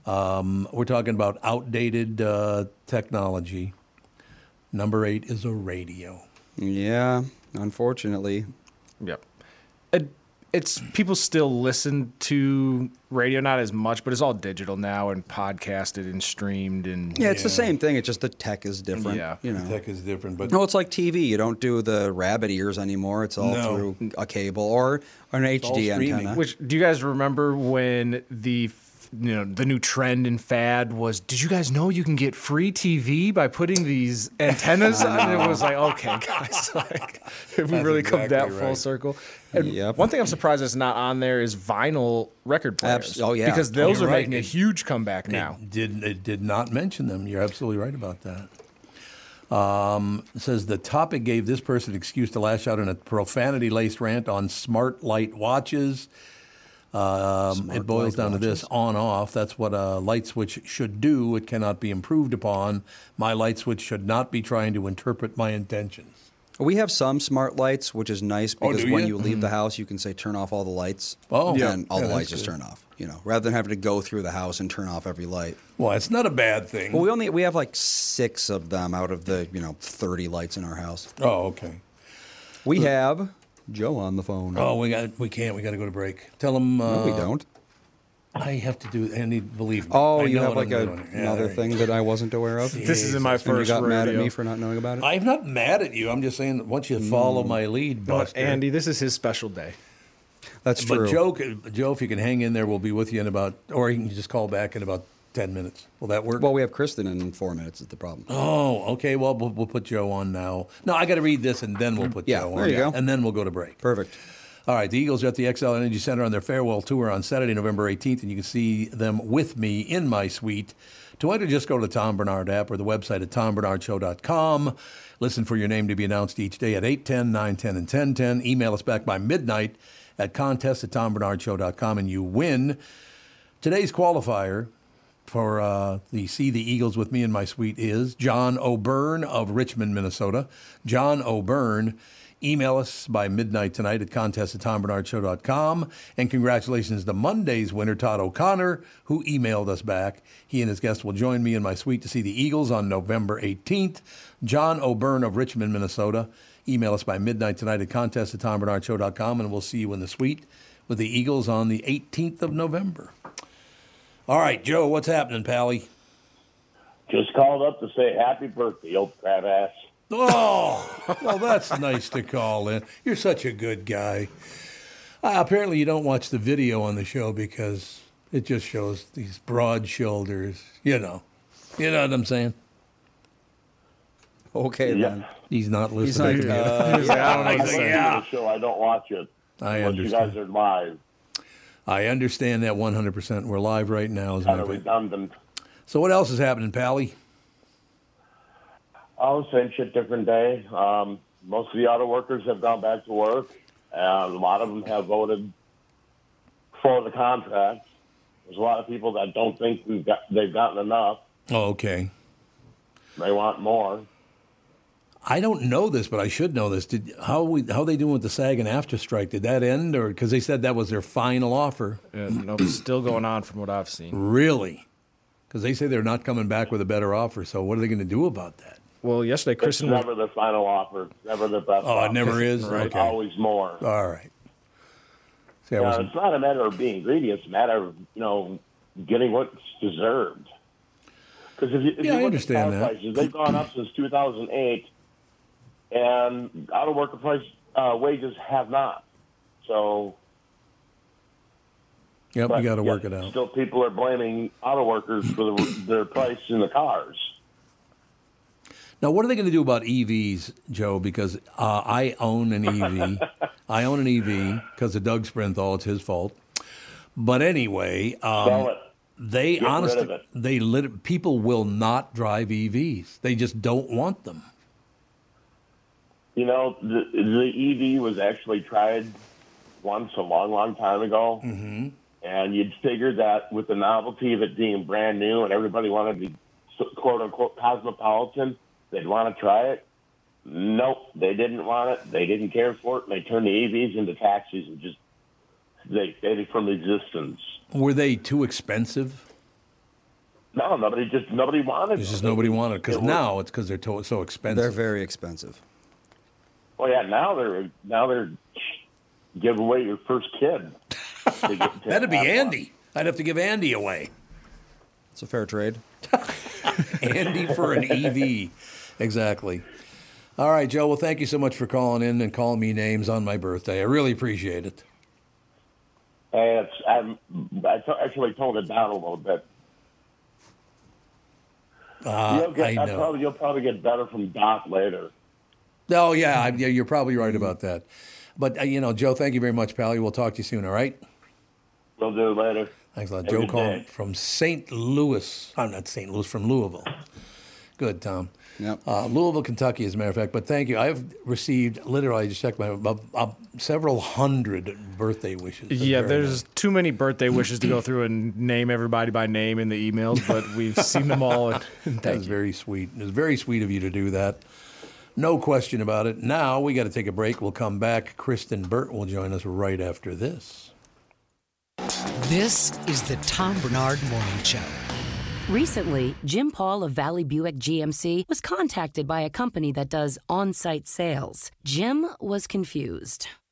Speaker 2: Um, we're talking about outdated uh, technology. Number eight is a radio.
Speaker 3: Yeah, unfortunately.
Speaker 4: Yep. It, it's people still listen to radio, not as much, but it's all digital now and podcasted and streamed and
Speaker 3: Yeah, it's the same thing. It's just the tech is different.
Speaker 4: Yeah.
Speaker 3: you know.
Speaker 2: Tech is different, but
Speaker 3: No, it's like TV. You don't do the rabbit ears anymore. It's all
Speaker 2: No.
Speaker 3: through a cable or an
Speaker 2: all
Speaker 3: HD
Speaker 2: streaming.
Speaker 3: antenna.
Speaker 4: Which do you guys remember when the f- you know the new trend and fad was? Did you guys know you can get free TV by putting these antennas on? It was like okay, guys, like if we really come that
Speaker 2: exactly
Speaker 4: full
Speaker 2: right.
Speaker 4: circle. And
Speaker 3: Yep.
Speaker 4: One thing I'm surprised it's not on there is vinyl record players.
Speaker 3: Abs- oh, yeah.
Speaker 4: because those
Speaker 2: You're
Speaker 4: are
Speaker 2: right.
Speaker 4: making a
Speaker 2: It-
Speaker 4: huge comeback now.
Speaker 2: It did it did not mention them. You're absolutely right about that. Um, it says the topic gave this person an excuse to lash out in a profanity laced rant on smart light watches. Um, it boils down to this on off. That's what a light switch should do. It cannot be improved upon. My light switch should not be trying to interpret my intentions.
Speaker 3: We have some smart lights, which is nice
Speaker 2: Oh,
Speaker 3: because
Speaker 2: do
Speaker 3: when
Speaker 2: ya?
Speaker 3: you leave the house, you can say turn off all the lights.
Speaker 2: Oh. Yeah.
Speaker 3: and all
Speaker 2: Yeah,
Speaker 3: the
Speaker 2: that's
Speaker 3: lights just
Speaker 2: good.
Speaker 3: turn off. You know, rather than having to go through the house and turn off every light.
Speaker 2: Well, it's not a bad thing.
Speaker 3: Well, we only we have like six of them out of the you know thirty lights in our house.
Speaker 2: oh, okay.
Speaker 3: We have Joe on the phone.
Speaker 2: Oh, we got we can't. We got to go to break. Tell them uh,
Speaker 3: no, we don't.
Speaker 2: I have to do. Andy, believe me.
Speaker 3: Oh,
Speaker 2: I
Speaker 3: you
Speaker 2: know
Speaker 3: have
Speaker 2: what
Speaker 3: like
Speaker 2: I'm
Speaker 3: a,
Speaker 2: doing here. Yeah,
Speaker 3: another
Speaker 2: there you go.
Speaker 3: thing that I wasn't aware of.
Speaker 4: This is in my
Speaker 3: and you
Speaker 4: first
Speaker 3: got mad at
Speaker 4: rodeo.
Speaker 3: me for not knowing about it. Mm.
Speaker 2: I'm not mad at you. I'm just saying that once you follow my lead,
Speaker 4: But
Speaker 2: Buster.
Speaker 4: Andy, this is his special day.
Speaker 3: That's
Speaker 2: but
Speaker 3: true.
Speaker 2: Joe, can- Joe, if you can hang in there, we'll be with you in about, or you can just call back in about ten minutes. Will that work?
Speaker 3: well, we have Kristen in four minutes. Is the problem?
Speaker 2: oh, okay. Well, we'll, we'll put Joe on now. No, I got to read this, and then we'll put
Speaker 3: Mm-hmm. Yeah,
Speaker 2: Joe on.
Speaker 3: there you go.
Speaker 2: And then we'll go to break.
Speaker 3: Perfect.
Speaker 2: All right, the Eagles are at the XL Energy Center on their farewell tour on Saturday, November 18th, and you can see them with me in my suite. To either just go to the Tom Bernard app or the website at tombernardshow.com. Listen for your name to be announced each day at 810, 910, and 1010. Email us back by midnight at contest at tombernardshow.com, and you win. Today's qualifier for uh, the See the Eagles with Me in My Suite is John O'Byrne of Richmond, Minnesota. John O'Byrne, email us by midnight tonight at contest at tombernardshow.com. And congratulations to Monday's winner, Todd O'Connor, who emailed us back. He and his guest will join me in my suite to see the Eagles on November 18th. John O'Byrne of Richmond, Minnesota. Email us by midnight tonight at contest at tombernardshow.com, and we'll see you in the suite with the Eagles on the 18th of November. All right, Joe, what's happening, Pally?
Speaker 5: Just called up to say happy birthday, old crab ass.
Speaker 2: Oh, well, that's nice to call in. You're such a good guy. Uh, apparently, you don't watch the video on the show because it just shows these broad shoulders. You know, you know what I'm saying.
Speaker 3: Okay then.
Speaker 2: He's not
Speaker 3: He's
Speaker 2: listening.
Speaker 3: like,
Speaker 2: to me.
Speaker 3: uh,
Speaker 4: I don't know what to
Speaker 5: I
Speaker 4: say.
Speaker 5: yeah. the show. I don't watch it.
Speaker 2: I
Speaker 5: unless
Speaker 2: understand.
Speaker 5: You guys are live.
Speaker 2: I understand that 100%. We're live right now. As
Speaker 5: Kind
Speaker 2: a matter
Speaker 5: of
Speaker 2: of fact.
Speaker 5: redundant.
Speaker 2: So, what else is happening, Pally?
Speaker 5: Oh, same shit, different day. Um, most of the auto workers have gone back to work. And a lot of them have voted for the contract. There's a lot of people that don't think we've got, they've gotten enough.
Speaker 2: Oh, okay.
Speaker 5: They want more.
Speaker 2: I don't know this, but I should know this. Did how we how they doing with the SAG and after strike? Did that end, or because they said that was their final offer?
Speaker 4: And no, it's still going on from what I've seen.
Speaker 2: Really? Because they say they're not coming back with a better offer. So what are they going to do about that?
Speaker 4: Well, yesterday
Speaker 5: It's
Speaker 4: Kristen was
Speaker 5: never the final offer. It's never the best.
Speaker 2: Oh, it
Speaker 5: offer.
Speaker 2: never is?
Speaker 5: There's
Speaker 2: Okay.
Speaker 5: Always more.
Speaker 2: All right. See, I
Speaker 5: You know,
Speaker 2: wasn't-
Speaker 5: it's not a matter of being greedy. It's a matter of you know getting what's deserved. Because if you, if
Speaker 2: Yeah, I
Speaker 5: you look
Speaker 2: understand
Speaker 5: at
Speaker 2: that.
Speaker 5: power prices, they've gone up since 2008, and auto worker price uh, wages have not. So
Speaker 2: yep,
Speaker 5: but
Speaker 2: you got to
Speaker 5: yet
Speaker 2: work it out.
Speaker 5: Still, people are blaming auto workers for the, their price in the cars.
Speaker 2: Now, what are they going to do about EVs, Joe? Because uh, I own an EV. I own an EV because of Doug Sprinthal. It's his fault. But anyway, um,
Speaker 5: Sell it.
Speaker 2: they
Speaker 5: rid
Speaker 2: honestly,
Speaker 5: of it.
Speaker 2: they lit, people will not drive EVs. They just don't want them.
Speaker 5: You know, the, the EV was actually tried once a long, long time ago. Mm-hmm. And you'd figure that with the novelty of it being brand new and everybody wanted to be so- quote unquote cosmopolitan, they'd want to try it. Nope, they didn't want it. They didn't care for it. And they turned the EVs into taxis and just they faded from existence.
Speaker 2: Were they too expensive?
Speaker 5: No, nobody just nobody wanted
Speaker 2: It's just
Speaker 5: them.
Speaker 2: nobody wanted because
Speaker 5: It was-
Speaker 2: now it's because they're to- so
Speaker 3: They're
Speaker 2: expensive.
Speaker 3: very expensive.
Speaker 5: Well, yeah, now they're now they're give away your first kid. to get to
Speaker 2: That'd be
Speaker 5: have one.
Speaker 2: Andy. I'd have to give Andy away.
Speaker 3: It's a fair trade.
Speaker 2: Andy for an EV. Exactly. All right, Joe. Well, thank you so much for calling in and calling me names on my birthday. I really appreciate it.
Speaker 5: And it's, I'm, I t- actually toned it down a little bit.
Speaker 2: Uh,
Speaker 5: you'll get,
Speaker 2: I
Speaker 5: I'll
Speaker 2: know.
Speaker 5: Probably, you'll probably get better from Doc later.
Speaker 2: Oh, yeah, I, yeah, you're probably right about that. But, uh, you know, Joe, thank you very much, Pally. We'll talk to you soon, all right?
Speaker 5: We'll do it later.
Speaker 2: Thanks a lot.
Speaker 5: Have a
Speaker 2: Joe
Speaker 5: good
Speaker 2: called
Speaker 5: day.
Speaker 2: from St. Louis. I'm not St. Louis, from Louisville. Good, Tom.
Speaker 3: Yep.
Speaker 2: Uh, Louisville, Kentucky, as a matter of fact. But thank you. I've received, literally, I just checked my, uh, uh, several hundred birthday wishes. They're
Speaker 4: Yeah,
Speaker 2: very nice.
Speaker 4: there's too many birthday wishes to go through and name everybody by name in the emails, but we've seen them all. And, and
Speaker 2: That was very sweet. It was very sweet of you to do that. No question about it. Now we got to take a break. We'll come back. Kristen Burt will join us right after this.
Speaker 1: This is the Tom Bernard Morning Show.
Speaker 6: Recently, Jim Paul of Valley Buick GMC was contacted by a company that does on site sales. Jim was confused.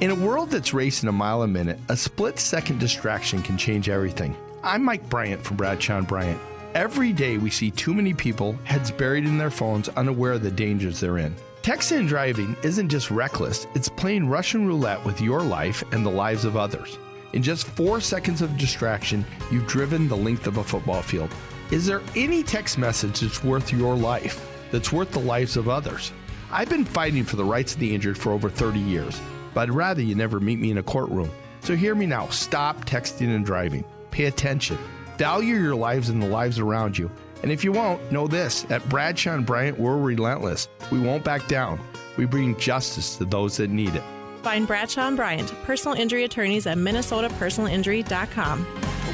Speaker 7: In a world that's racing a mile a minute, a split second distraction can change everything. I'm Mike Bryant from Bradshaw and Bryant. Every day we see too many people, heads buried in their phones, unaware of the dangers they're in. Texting and driving isn't just reckless, it's playing Russian roulette with your life and the lives of others. In just four seconds of distraction, you've driven the length of a football field. Is there any text message that's worth your life, that's worth the lives of others? I've been fighting for the rights of the injured for over 30 years, but I'd rather you never meet me in a courtroom. So hear me now stop texting and driving. Pay attention. Value your lives and the lives around you. And if you won't, know this at Bradshaw and Bryant, we're relentless. We won't back down. We bring justice to those that need it.
Speaker 8: Find Bradshaw and Bryant, personal injury attorneys at minnesotapersonalinjury.com.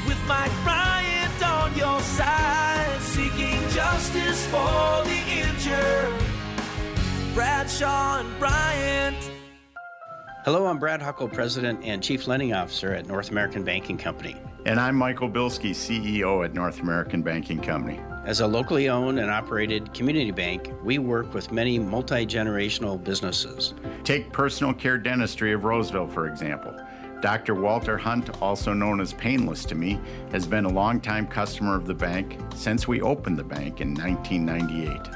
Speaker 9: With Mike Bryant on your side, seeking justice for the injured. Bradshaw and Bryant.
Speaker 10: Hello, I'm Brad Huckle, President and Chief Lending Officer at North American Banking Company.
Speaker 7: And I'm Michael Bilski, CEO at North American Banking Company.
Speaker 10: As a locally owned and operated community bank, we work with many multi generational businesses.
Speaker 7: Take personal care dentistry of Roseville, for example.
Speaker 11: Dr. Walter Hunt, also known as Painless to me, has been a longtime customer of the bank since we opened the bank in 1998.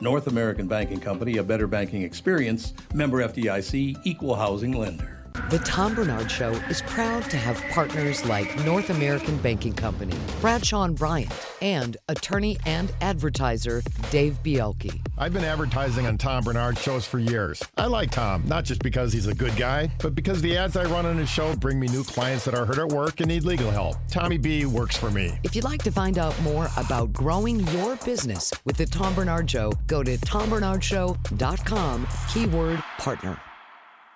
Speaker 2: North American Banking Company, a better banking experience, member FDIC, equal housing lender.
Speaker 1: The Tom Bernard Show is proud to have partners like North American Banking Company, Bradshaw and Bryant, and attorney and advertiser Dave Bielke.
Speaker 12: I've been advertising on Tom Bernard shows for years. I like Tom, not just because he's a good guy, but because the ads I run on his show bring me new clients that are hurt at work and need legal help. Tommy B works for me.
Speaker 1: If you'd like to find out more about growing your business with the Tom Bernard Show, go to tombernardshow.com, keyword partner.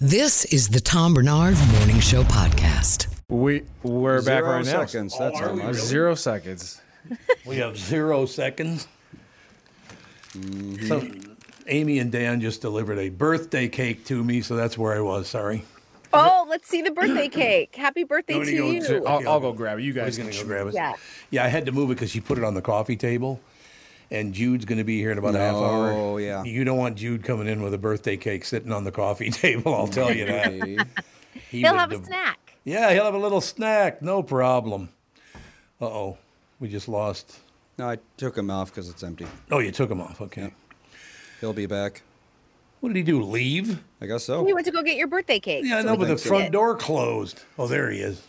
Speaker 1: This is the Tom Bernard Morning Show Podcast.
Speaker 4: We we're back
Speaker 3: Zero
Speaker 4: right now.
Speaker 3: seconds,
Speaker 2: Oh,
Speaker 3: that's how
Speaker 4: we
Speaker 3: much.
Speaker 4: Zero seconds.
Speaker 2: We have zero seconds. So, Amy and Dan just delivered a birthday cake to me, so that's where I was. Sorry.
Speaker 13: Oh, let's see the birthday cake. Happy birthday to you.
Speaker 2: Oh,
Speaker 4: I'll, I'll go grab it. You guys
Speaker 2: He's gonna go grab it.
Speaker 13: Yeah.
Speaker 2: Yeah, I had to move it because you put it on the coffee table, and Jude's gonna be here in about a half hour.
Speaker 3: No, yeah.
Speaker 2: You don't want Jude coming in with a birthday cake sitting on the coffee table. I'll tell you that. He
Speaker 13: He'll
Speaker 2: would
Speaker 13: have a
Speaker 2: dev-
Speaker 13: snack.
Speaker 2: Yeah, he'll have a little snack. No problem. Uh oh, we just lost.
Speaker 3: No, I took him off because it's empty.
Speaker 2: Oh, you took him off. Okay.
Speaker 3: He'll be back.
Speaker 2: What did he do? Leave?
Speaker 3: I guess so.
Speaker 13: You went to go get your birthday cake.
Speaker 2: Oh. Yeah, I
Speaker 13: so
Speaker 2: know,
Speaker 13: we
Speaker 2: but the
Speaker 13: can see
Speaker 2: front
Speaker 13: it.
Speaker 2: door closed. Oh, there he is.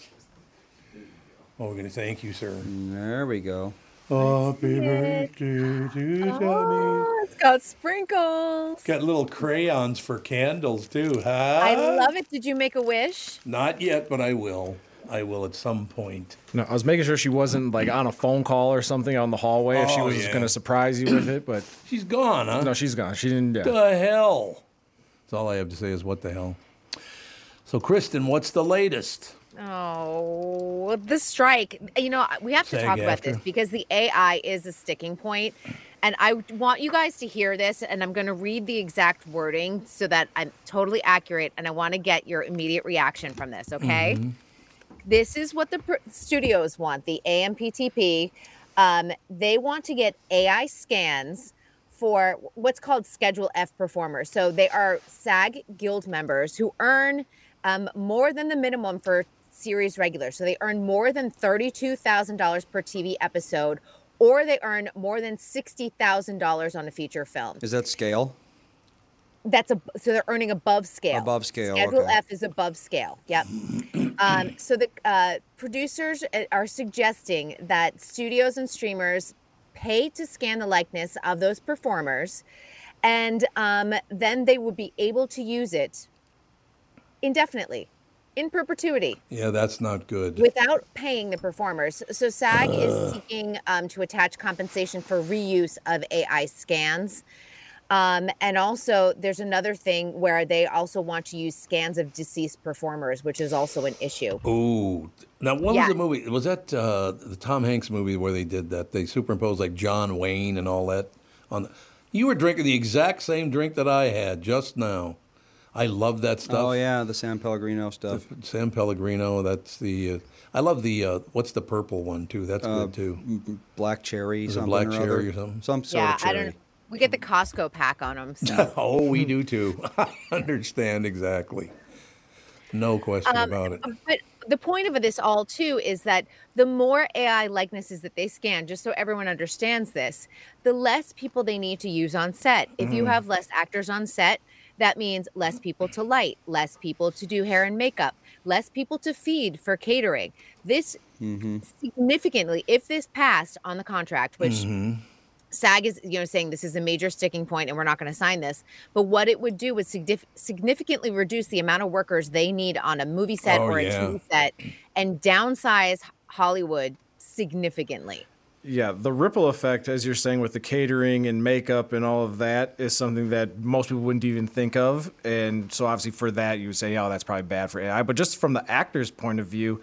Speaker 2: Oh, we're gonna thank you, sir.
Speaker 3: There we go.
Speaker 2: Happy birthday to Tommy.
Speaker 13: Oh, it's got sprinkles.
Speaker 2: Got little crayons for candles too. Huh?
Speaker 13: I love it. Did you make a wish?
Speaker 2: Not yet, but I will. I will at some point.
Speaker 4: No, I was making sure she wasn't like on a phone call or something on the hallway. if she
Speaker 2: Oh,
Speaker 4: was just
Speaker 2: yeah.
Speaker 4: going to surprise you with it, but
Speaker 2: she's gone, huh?
Speaker 4: No, she's gone. She didn't.
Speaker 2: What the hell? That's all I have to say is what the hell. So, Kristen, what's the latest?
Speaker 13: Oh, the strike. You know, we have to
Speaker 2: Sag
Speaker 13: talk about this
Speaker 2: after.
Speaker 13: because the AI is a sticking point, And I want you guys to hear this, and I'm going to read the exact wording so that I'm totally accurate. And I want to get your immediate reaction from this, okay?
Speaker 2: Mm-hmm.
Speaker 14: Mhm.
Speaker 13: This is what the pr- studios want the AMPTP. Um, they want to get AI scans for what's called Schedule F performers. So they are SAG Guild members who earn um, more than the minimum for series regulars. So they earn more than $32,000 per TV episode, or they earn more than $60,000 on a feature film.
Speaker 3: Is that scale?
Speaker 13: That's a so they're earning above scale.
Speaker 3: Above scale,
Speaker 13: Schedule
Speaker 3: okay.
Speaker 13: F is above scale. Yep. um, so the uh, producers uh, are suggesting that studios and streamers pay to scan the likeness of those performers, and um, then they will be able to use it indefinitely, in perpetuity
Speaker 2: Yeah, that's not good.
Speaker 13: without paying the performers. So SAG is
Speaker 2: Ugh.
Speaker 13: seeking um, to attach compensation for reuse of AI scans. Um, and also, there's another thing where they also want to use scans of deceased performers, which is also an issue.
Speaker 2: Ooh. Now, what
Speaker 13: Yeah.
Speaker 2: was the movie? Was that uh, the Tom Hanks movie where they did that? They superimposed like John Wayne and all that on. The, you were drinking the exact same drink that I had just now. I love that stuff.
Speaker 3: Oh yeah, the San Pellegrino stuff.
Speaker 2: San Pellegrino. That's the. Uh, I love the. Uh, what's the purple one too? That's
Speaker 3: Uh,
Speaker 2: good too.
Speaker 3: Black cherry.
Speaker 2: Is it
Speaker 3: something
Speaker 2: black
Speaker 3: or
Speaker 2: cherry
Speaker 3: other.
Speaker 2: or something?
Speaker 3: Some sort
Speaker 13: yeah,
Speaker 3: of
Speaker 13: I
Speaker 3: cherry.
Speaker 13: don't. We get the Costco pack on them. So.
Speaker 2: oh, we do too. I understand exactly. No question about it.
Speaker 13: Um, But the point of this all too is that the more AI likenesses that they scan, just so everyone understands this, the less people they need to use on set. If you
Speaker 15: Mm.
Speaker 13: have less actors on set, That means less people to light, less people to do hair and makeup, less people to feed for catering. This
Speaker 3: Mm-hmm.
Speaker 13: significantly, if this passed on the contract, which
Speaker 2: Mm-hmm.
Speaker 14: Mhm.
Speaker 13: SAG is, you know, saying this is a major sticking point and we're not going to sign this. But what it would do would signif- significantly reduce the amount of workers they need on a movie set
Speaker 14: Oh,
Speaker 13: or
Speaker 4: yeah.
Speaker 13: a TV set and downsize Hollywood significantly.
Speaker 4: Yeah, the ripple effect, as you're saying, with the catering and makeup and all of that, is something that most people wouldn't even think of. And so, obviously, for that, you would say, "Oh, that's probably bad for AI." But just from the actor's point of view,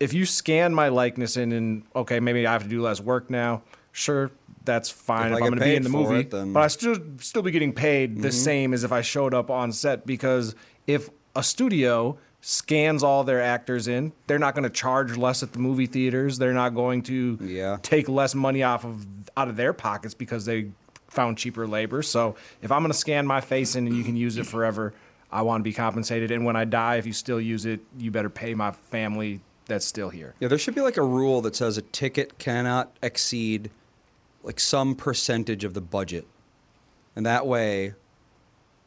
Speaker 4: if you scan my likeness in, and okay, maybe I have to do less work now. Sure, that's
Speaker 3: If I
Speaker 4: fine if,
Speaker 3: get
Speaker 4: I'm going to be in
Speaker 3: paid
Speaker 4: the
Speaker 3: for
Speaker 4: movie,
Speaker 3: it, then-
Speaker 4: but I still still be getting paid the same as if I showed up on set because if a studio scans all their actors in, they're not going to charge less at the movie theaters. They're not going to take less money off of out of their pockets because they found cheaper labor. So if I'm going to scan my face in and you can use it forever, I want to be compensated. And when I die, if you still use it, you better pay my family that's still here.
Speaker 3: Yeah, there should be like a rule that says a ticket cannot exceed like some percentage of the budget. And that way,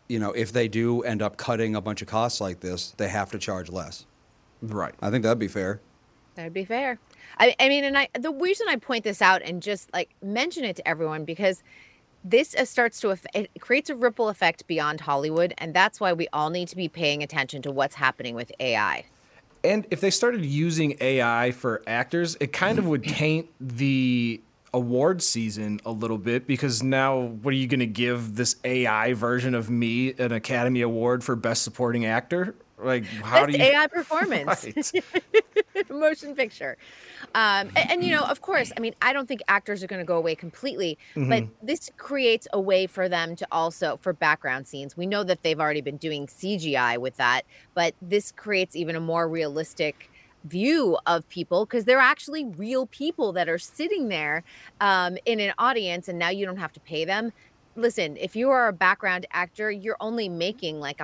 Speaker 3: you know, if they do end up cutting a bunch of costs like this, they have to charge less.
Speaker 4: Right.
Speaker 3: I think that'd be fair.
Speaker 13: That'd be fair. I, I mean, and I the reason I point this out and just like mention it to everyone because this uh, starts to aff- it creates a ripple effect beyond Hollywood, and that's why we all need to be paying attention to what's happening with AI.
Speaker 4: And if they started using AI for actors, it kind of would taint the award season a little bit because now what are you going to give this AI version of me an Academy Award for best supporting actor? Like how
Speaker 13: Best
Speaker 4: do you
Speaker 13: AI performance, motion picture, um, a- and, you know, of course, I mean, I don't think actors are going to go away completely, but
Speaker 14: Mhm.
Speaker 13: this creates a way for them to also for background scenes. We know that they've already been doing CGI with that, but this creates even a more realistic view of people because they're actually real people that are sitting there um, in an audience, and now you don't have to pay them. Listen, if you are a background actor, you're only making like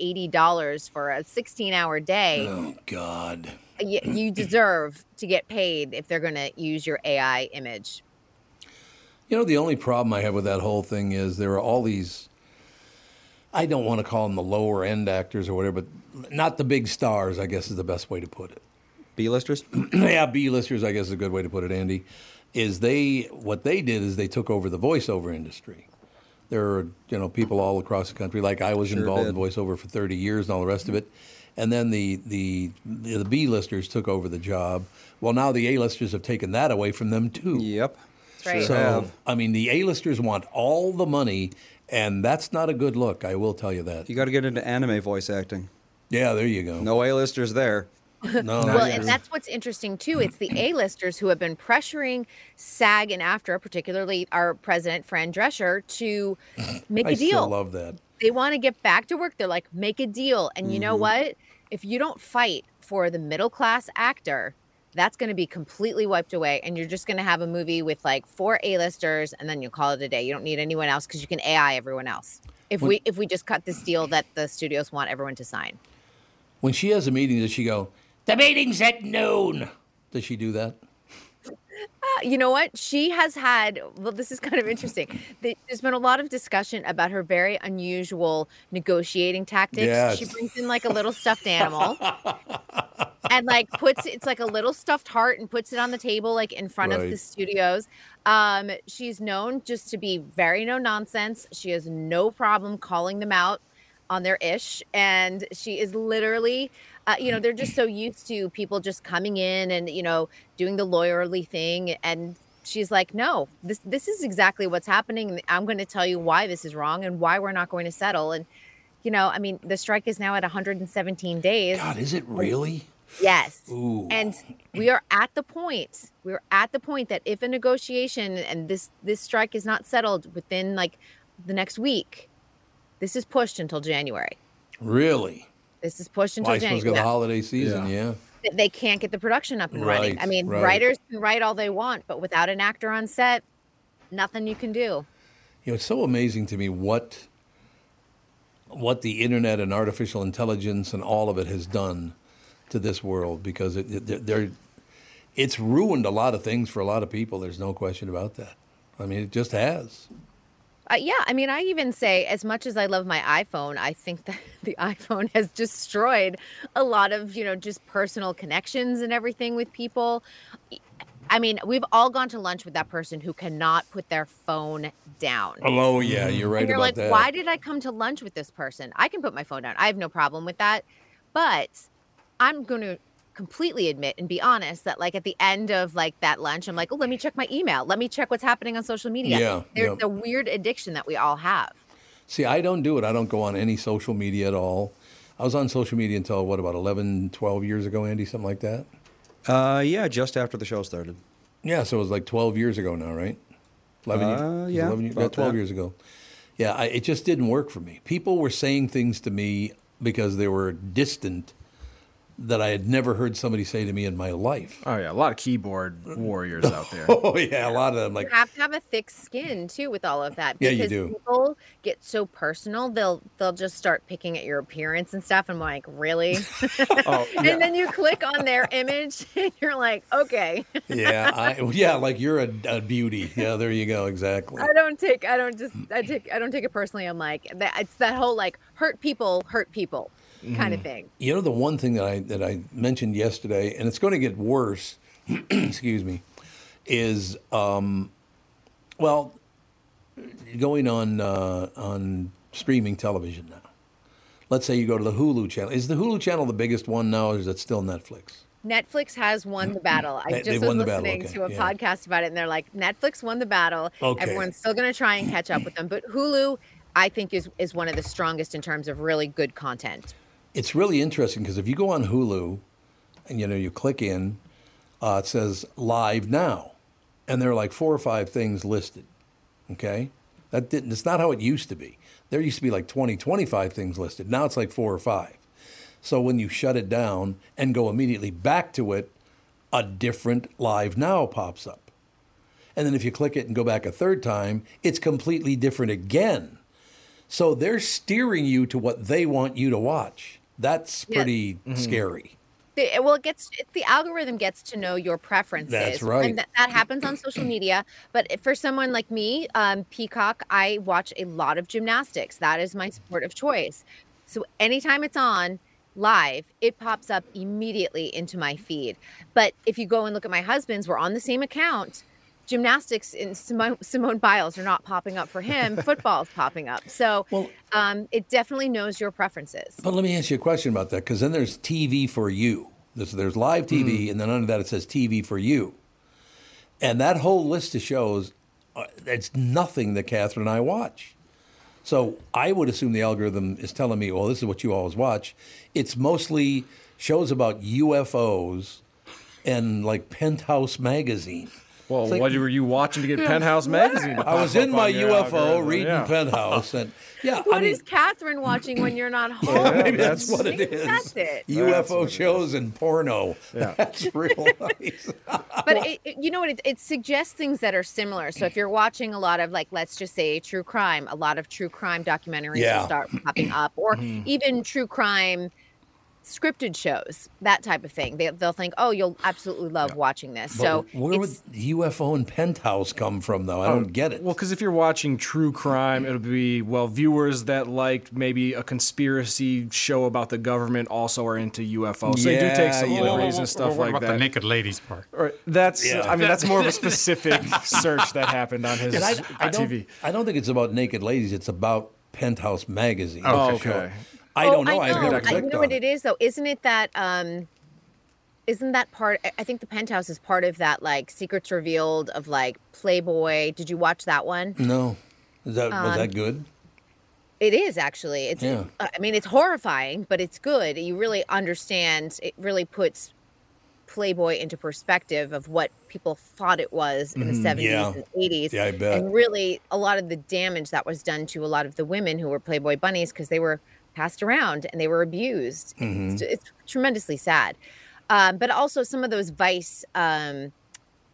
Speaker 13: $180 for a 16 hour day.
Speaker 2: Oh God.
Speaker 13: Y- You deserve to get paid if they're going to use your AI image.
Speaker 2: You know, the only problem I have with that whole thing is there are all these. I don't want to call them the lower end actors or whatever, but not the big stars. I guess is the best way to put it.
Speaker 3: B listers.
Speaker 2: yeah, B listers. I guess is a good way to put it, Andy. Is they what they did is they took over the voiceover industry. There are you know people all across the country. Like I was
Speaker 9: Sure
Speaker 2: involved in
Speaker 9: did.
Speaker 2: voiceover for 30 years and all the rest of it, and then the the the B listers took over the job. Well, now the A listers have taken that away from them too.
Speaker 3: Yep.
Speaker 13: That's right.
Speaker 2: So,
Speaker 3: have.
Speaker 2: I mean, the A-listers want all the money, and that's not a good look. I will tell you that.
Speaker 3: You got to get into anime voice acting.
Speaker 2: Yeah, there you go.
Speaker 3: No A listers there.
Speaker 2: No.
Speaker 13: well, and that's what's interesting too. It's the A-listers who have been pressuring SAG and AFTRA, particularly our president Fran Drescher, to make a
Speaker 2: I
Speaker 13: deal.
Speaker 2: still love that.
Speaker 13: they want to get back to work. They're like, make a deal. And you know
Speaker 2: Mhm.
Speaker 13: what? If you don't fight for the middle class actor, that's going to be completely wiped away. And you're just going to have a movie with like four A listers and then you call it a day. You don't need anyone else because you can AI everyone else. If
Speaker 2: When-
Speaker 13: we if we just cut this deal that the studios want everyone to sign.
Speaker 2: When she has a meeting, does she go, the meeting's at noon? Does she do that?
Speaker 13: Uh, you know what? She has had, well, this is kind of interesting. Th- There's been a lot of discussion about her very unusual negotiating tactics.
Speaker 14: Yes.
Speaker 13: She brings in like a little stuffed animal and like puts it's like a little stuffed heart and puts it on the table, like in front of the
Speaker 14: Right.
Speaker 13: studios. Um, she's known just to be very no nonsense. She has no problem calling them out on their ish and she is literally uh, you know they're just so used to people just coming in and you know doing the lawyerly thing and she's like no this this is exactly what's happening and i'm going to tell you why this is wrong and why we're not going to settle and you know i mean the strike is now at 117 days
Speaker 2: God, is it really?
Speaker 13: yes
Speaker 2: Ooh.
Speaker 13: and we are at the point we're at the point that if a negotiation and this this strike is not settled within like the next week this is pushed until january
Speaker 2: Really?
Speaker 13: this is pushed until
Speaker 2: Why, I suppose,
Speaker 13: January.
Speaker 2: got the holiday season, yeah.
Speaker 13: Th- They can't get the production up and running.
Speaker 2: Right,
Speaker 13: I mean,
Speaker 2: right.
Speaker 13: writers can write all they want, but without an actor on set, nothing you can do.
Speaker 2: You know, it's so amazing to me what what the internet and artificial intelligence and all of it has done to this world because it, it they're- they're it's ruined a lot of things for a lot of people. There's no question about that. I mean, it just has.
Speaker 13: Uh, yeah, I mean, I even say, as much as I love my iPhone, I think that the iPhone has destroyed a lot of, you know, just personal connections and everything with people. E, I mean, we've all gone to lunch with that person who cannot put their phone down.
Speaker 2: Oh, yeah, you're right
Speaker 13: And you're
Speaker 2: about
Speaker 13: like,
Speaker 2: that.
Speaker 13: why did I come to lunch with this person? I can put my phone down. I have no problem with that. But I'm going to completely admit and be honest that like at the end of like that lunch i'm like oh let me check my email let me check what's happening on social media
Speaker 2: Yeah,
Speaker 13: there's
Speaker 2: yeah.
Speaker 13: a weird addiction that we all have
Speaker 2: See, I don't do it. I don't go on any social media at all. I was on social media until, what, about 11, 12 years ago, Andy, something like that?
Speaker 3: Uh, yeah, just after the show started.
Speaker 2: Yeah, so it was like 12 years ago now, right? 11 years-
Speaker 3: Uh,
Speaker 2: it was
Speaker 3: yeah,
Speaker 2: 11 years-
Speaker 3: about
Speaker 2: 12
Speaker 3: that.
Speaker 2: years ago. Yeah, I, it just didn't work for me. People were saying things to me because they were distant that I had never heard somebody say to me in my life.
Speaker 4: Oh, yeah, a lot of keyboard warriors out there.
Speaker 2: oh, yeah, a lot of them. Like,
Speaker 13: you have to have a thick skin too with all of that
Speaker 2: Yeah, you
Speaker 13: because
Speaker 2: do.
Speaker 13: people get so personal they'll they'll just start picking at your appearance and stuff i'm like really
Speaker 2: Oh, yeah.
Speaker 13: and then you click on their image and you're like okay
Speaker 2: yeah, I, yeah, like you're a, a beauty. Yeah, there you go. Exactly.
Speaker 13: i don't take i don't just i take i don't take it personally i'm like that it's that whole like hurt people hurt people kind of
Speaker 2: Mhm.
Speaker 13: thing
Speaker 2: You know the one thing that I that I mentioned yesterday, and it's going to get worse. excuse me, is um, well, going on uh, on streaming television now. Let's say you go to the Hulu channel. Is the Hulu channel the biggest one now, or is it still Netflix?
Speaker 13: Netflix has won the battle. I
Speaker 2: Mm-hmm. They-
Speaker 13: just
Speaker 2: they've
Speaker 13: was
Speaker 2: won the battle,
Speaker 13: listening
Speaker 2: okay,
Speaker 13: to a
Speaker 2: yeah.
Speaker 13: podcast about it, and they're like, Netflix won the battle.
Speaker 2: Okay.
Speaker 13: Everyone's still going to try and catch up with them, but Hulu, I think, is is one of the strongest in terms of really good content.
Speaker 2: It's really interesting because if you go on Hulu, and you know you click in, uh, it says live now, and there are like four or five things listed. Okay, that didn't. It's not how it used to be. There used to be like 20, 25 things listed. Now it's like four or five. So when you shut it down and go immediately back to it, a different live now pops up. And then if you click it and go back a third time, it's completely different again. So they're steering you to what they want you to watch. That's
Speaker 13: Yeah.
Speaker 2: pretty scary.
Speaker 13: The, eh, well, it gets it, the algorithm gets to know your preferences.
Speaker 2: right.
Speaker 13: And that, that happens on social media. But if- for someone like me, um, Peacock, I watch a lot of gymnastics. That is my sport of choice. So anytime it's on live, it pops up immediately into my feed. But if you go and look at my husband's, we're on the same account. Gymnastics and Simone, Simone Biles are not popping up for him. Football is popping up. So um, it definitely knows your preferences.
Speaker 2: But let me ask you a question about that because then there's TV for you. There's, there's live TV,
Speaker 4: Hmm.
Speaker 2: and then under that it says TV for you. And that whole list of shows, uh, it's nothing that Catherine and I watch. So I would assume the algorithm is telling me, well, this is what you always watch. It's mostly shows about UFOs and like Penthouse magazine.
Speaker 4: Well,
Speaker 2: It's like-
Speaker 4: what were you watching to get
Speaker 2: Yeah.
Speaker 4: Penthouse magazine? to
Speaker 2: I was
Speaker 4: pop
Speaker 2: in
Speaker 4: up
Speaker 2: my
Speaker 4: on your
Speaker 2: UFO
Speaker 4: algorithm?
Speaker 2: reading
Speaker 4: Yeah.
Speaker 2: Penthouse, and yeah,
Speaker 13: What is Catherine watching when you're not home?
Speaker 2: Yeah, maybe that's what it
Speaker 13: Maybe
Speaker 2: is.
Speaker 13: That's it.
Speaker 2: UFO shows and porno. That's real life.
Speaker 13: But it, it- you know what? It, it suggests things that are similar. So if you're watching a lot of, like, let's just say true crime, a lot of true crime documentaries
Speaker 14: Yeah.
Speaker 13: will start popping up, or
Speaker 2: Mm-hmm.
Speaker 14: Mhm.
Speaker 13: even true crime scripted shows, that type of thing. They, they'll think, oh, you'll absolutely love watching this. so
Speaker 2: But where would UFO and Penthouse come from, though? I don't get it.
Speaker 4: Well, because if you're watching true crime, it'll be well viewers that liked maybe a conspiracy show about the government also are into UFOs. so they do take some
Speaker 15: Or-
Speaker 4: liberties
Speaker 15: or-
Speaker 4: and stuff
Speaker 15: or what
Speaker 4: like
Speaker 15: about
Speaker 4: that.
Speaker 15: the naked ladies part?
Speaker 4: Or- that's
Speaker 15: Yeah.
Speaker 4: I mean that's more of a specific search that happened on his
Speaker 2: And I, I don't,
Speaker 4: TV.
Speaker 2: I don't think it's about naked ladies. It's about Penthouse magazine.
Speaker 4: Oh,
Speaker 2: for sure.
Speaker 4: okay.
Speaker 2: I
Speaker 13: Oh,
Speaker 2: don't know.
Speaker 13: I know,
Speaker 2: have never
Speaker 13: I
Speaker 2: clicked
Speaker 13: know
Speaker 2: on
Speaker 13: what it is, though. Isn't it that? um isn't that part? I- I think the penthouse is part of that, like secrets revealed of like Playboy. Did you watch that one?
Speaker 2: No, is that was
Speaker 13: Um,
Speaker 2: that good?
Speaker 13: It is actually. It's.
Speaker 2: Yeah.
Speaker 13: uh, I mean, it's horrifying, but it's good. You really understand. It really puts Playboy into perspective of what people thought it was in the
Speaker 2: Mhm,
Speaker 13: seventies
Speaker 2: yeah.
Speaker 13: and eighties.
Speaker 2: Yeah, I bet.
Speaker 13: And really, a lot of the damage that was done to a lot of the women who were Playboy bunnies because they were passed around and they were abused.
Speaker 14: Mhm.
Speaker 2: Mm-hmm.
Speaker 13: It's, it's tremendously sad. Um, but also, some of those Vice. Um,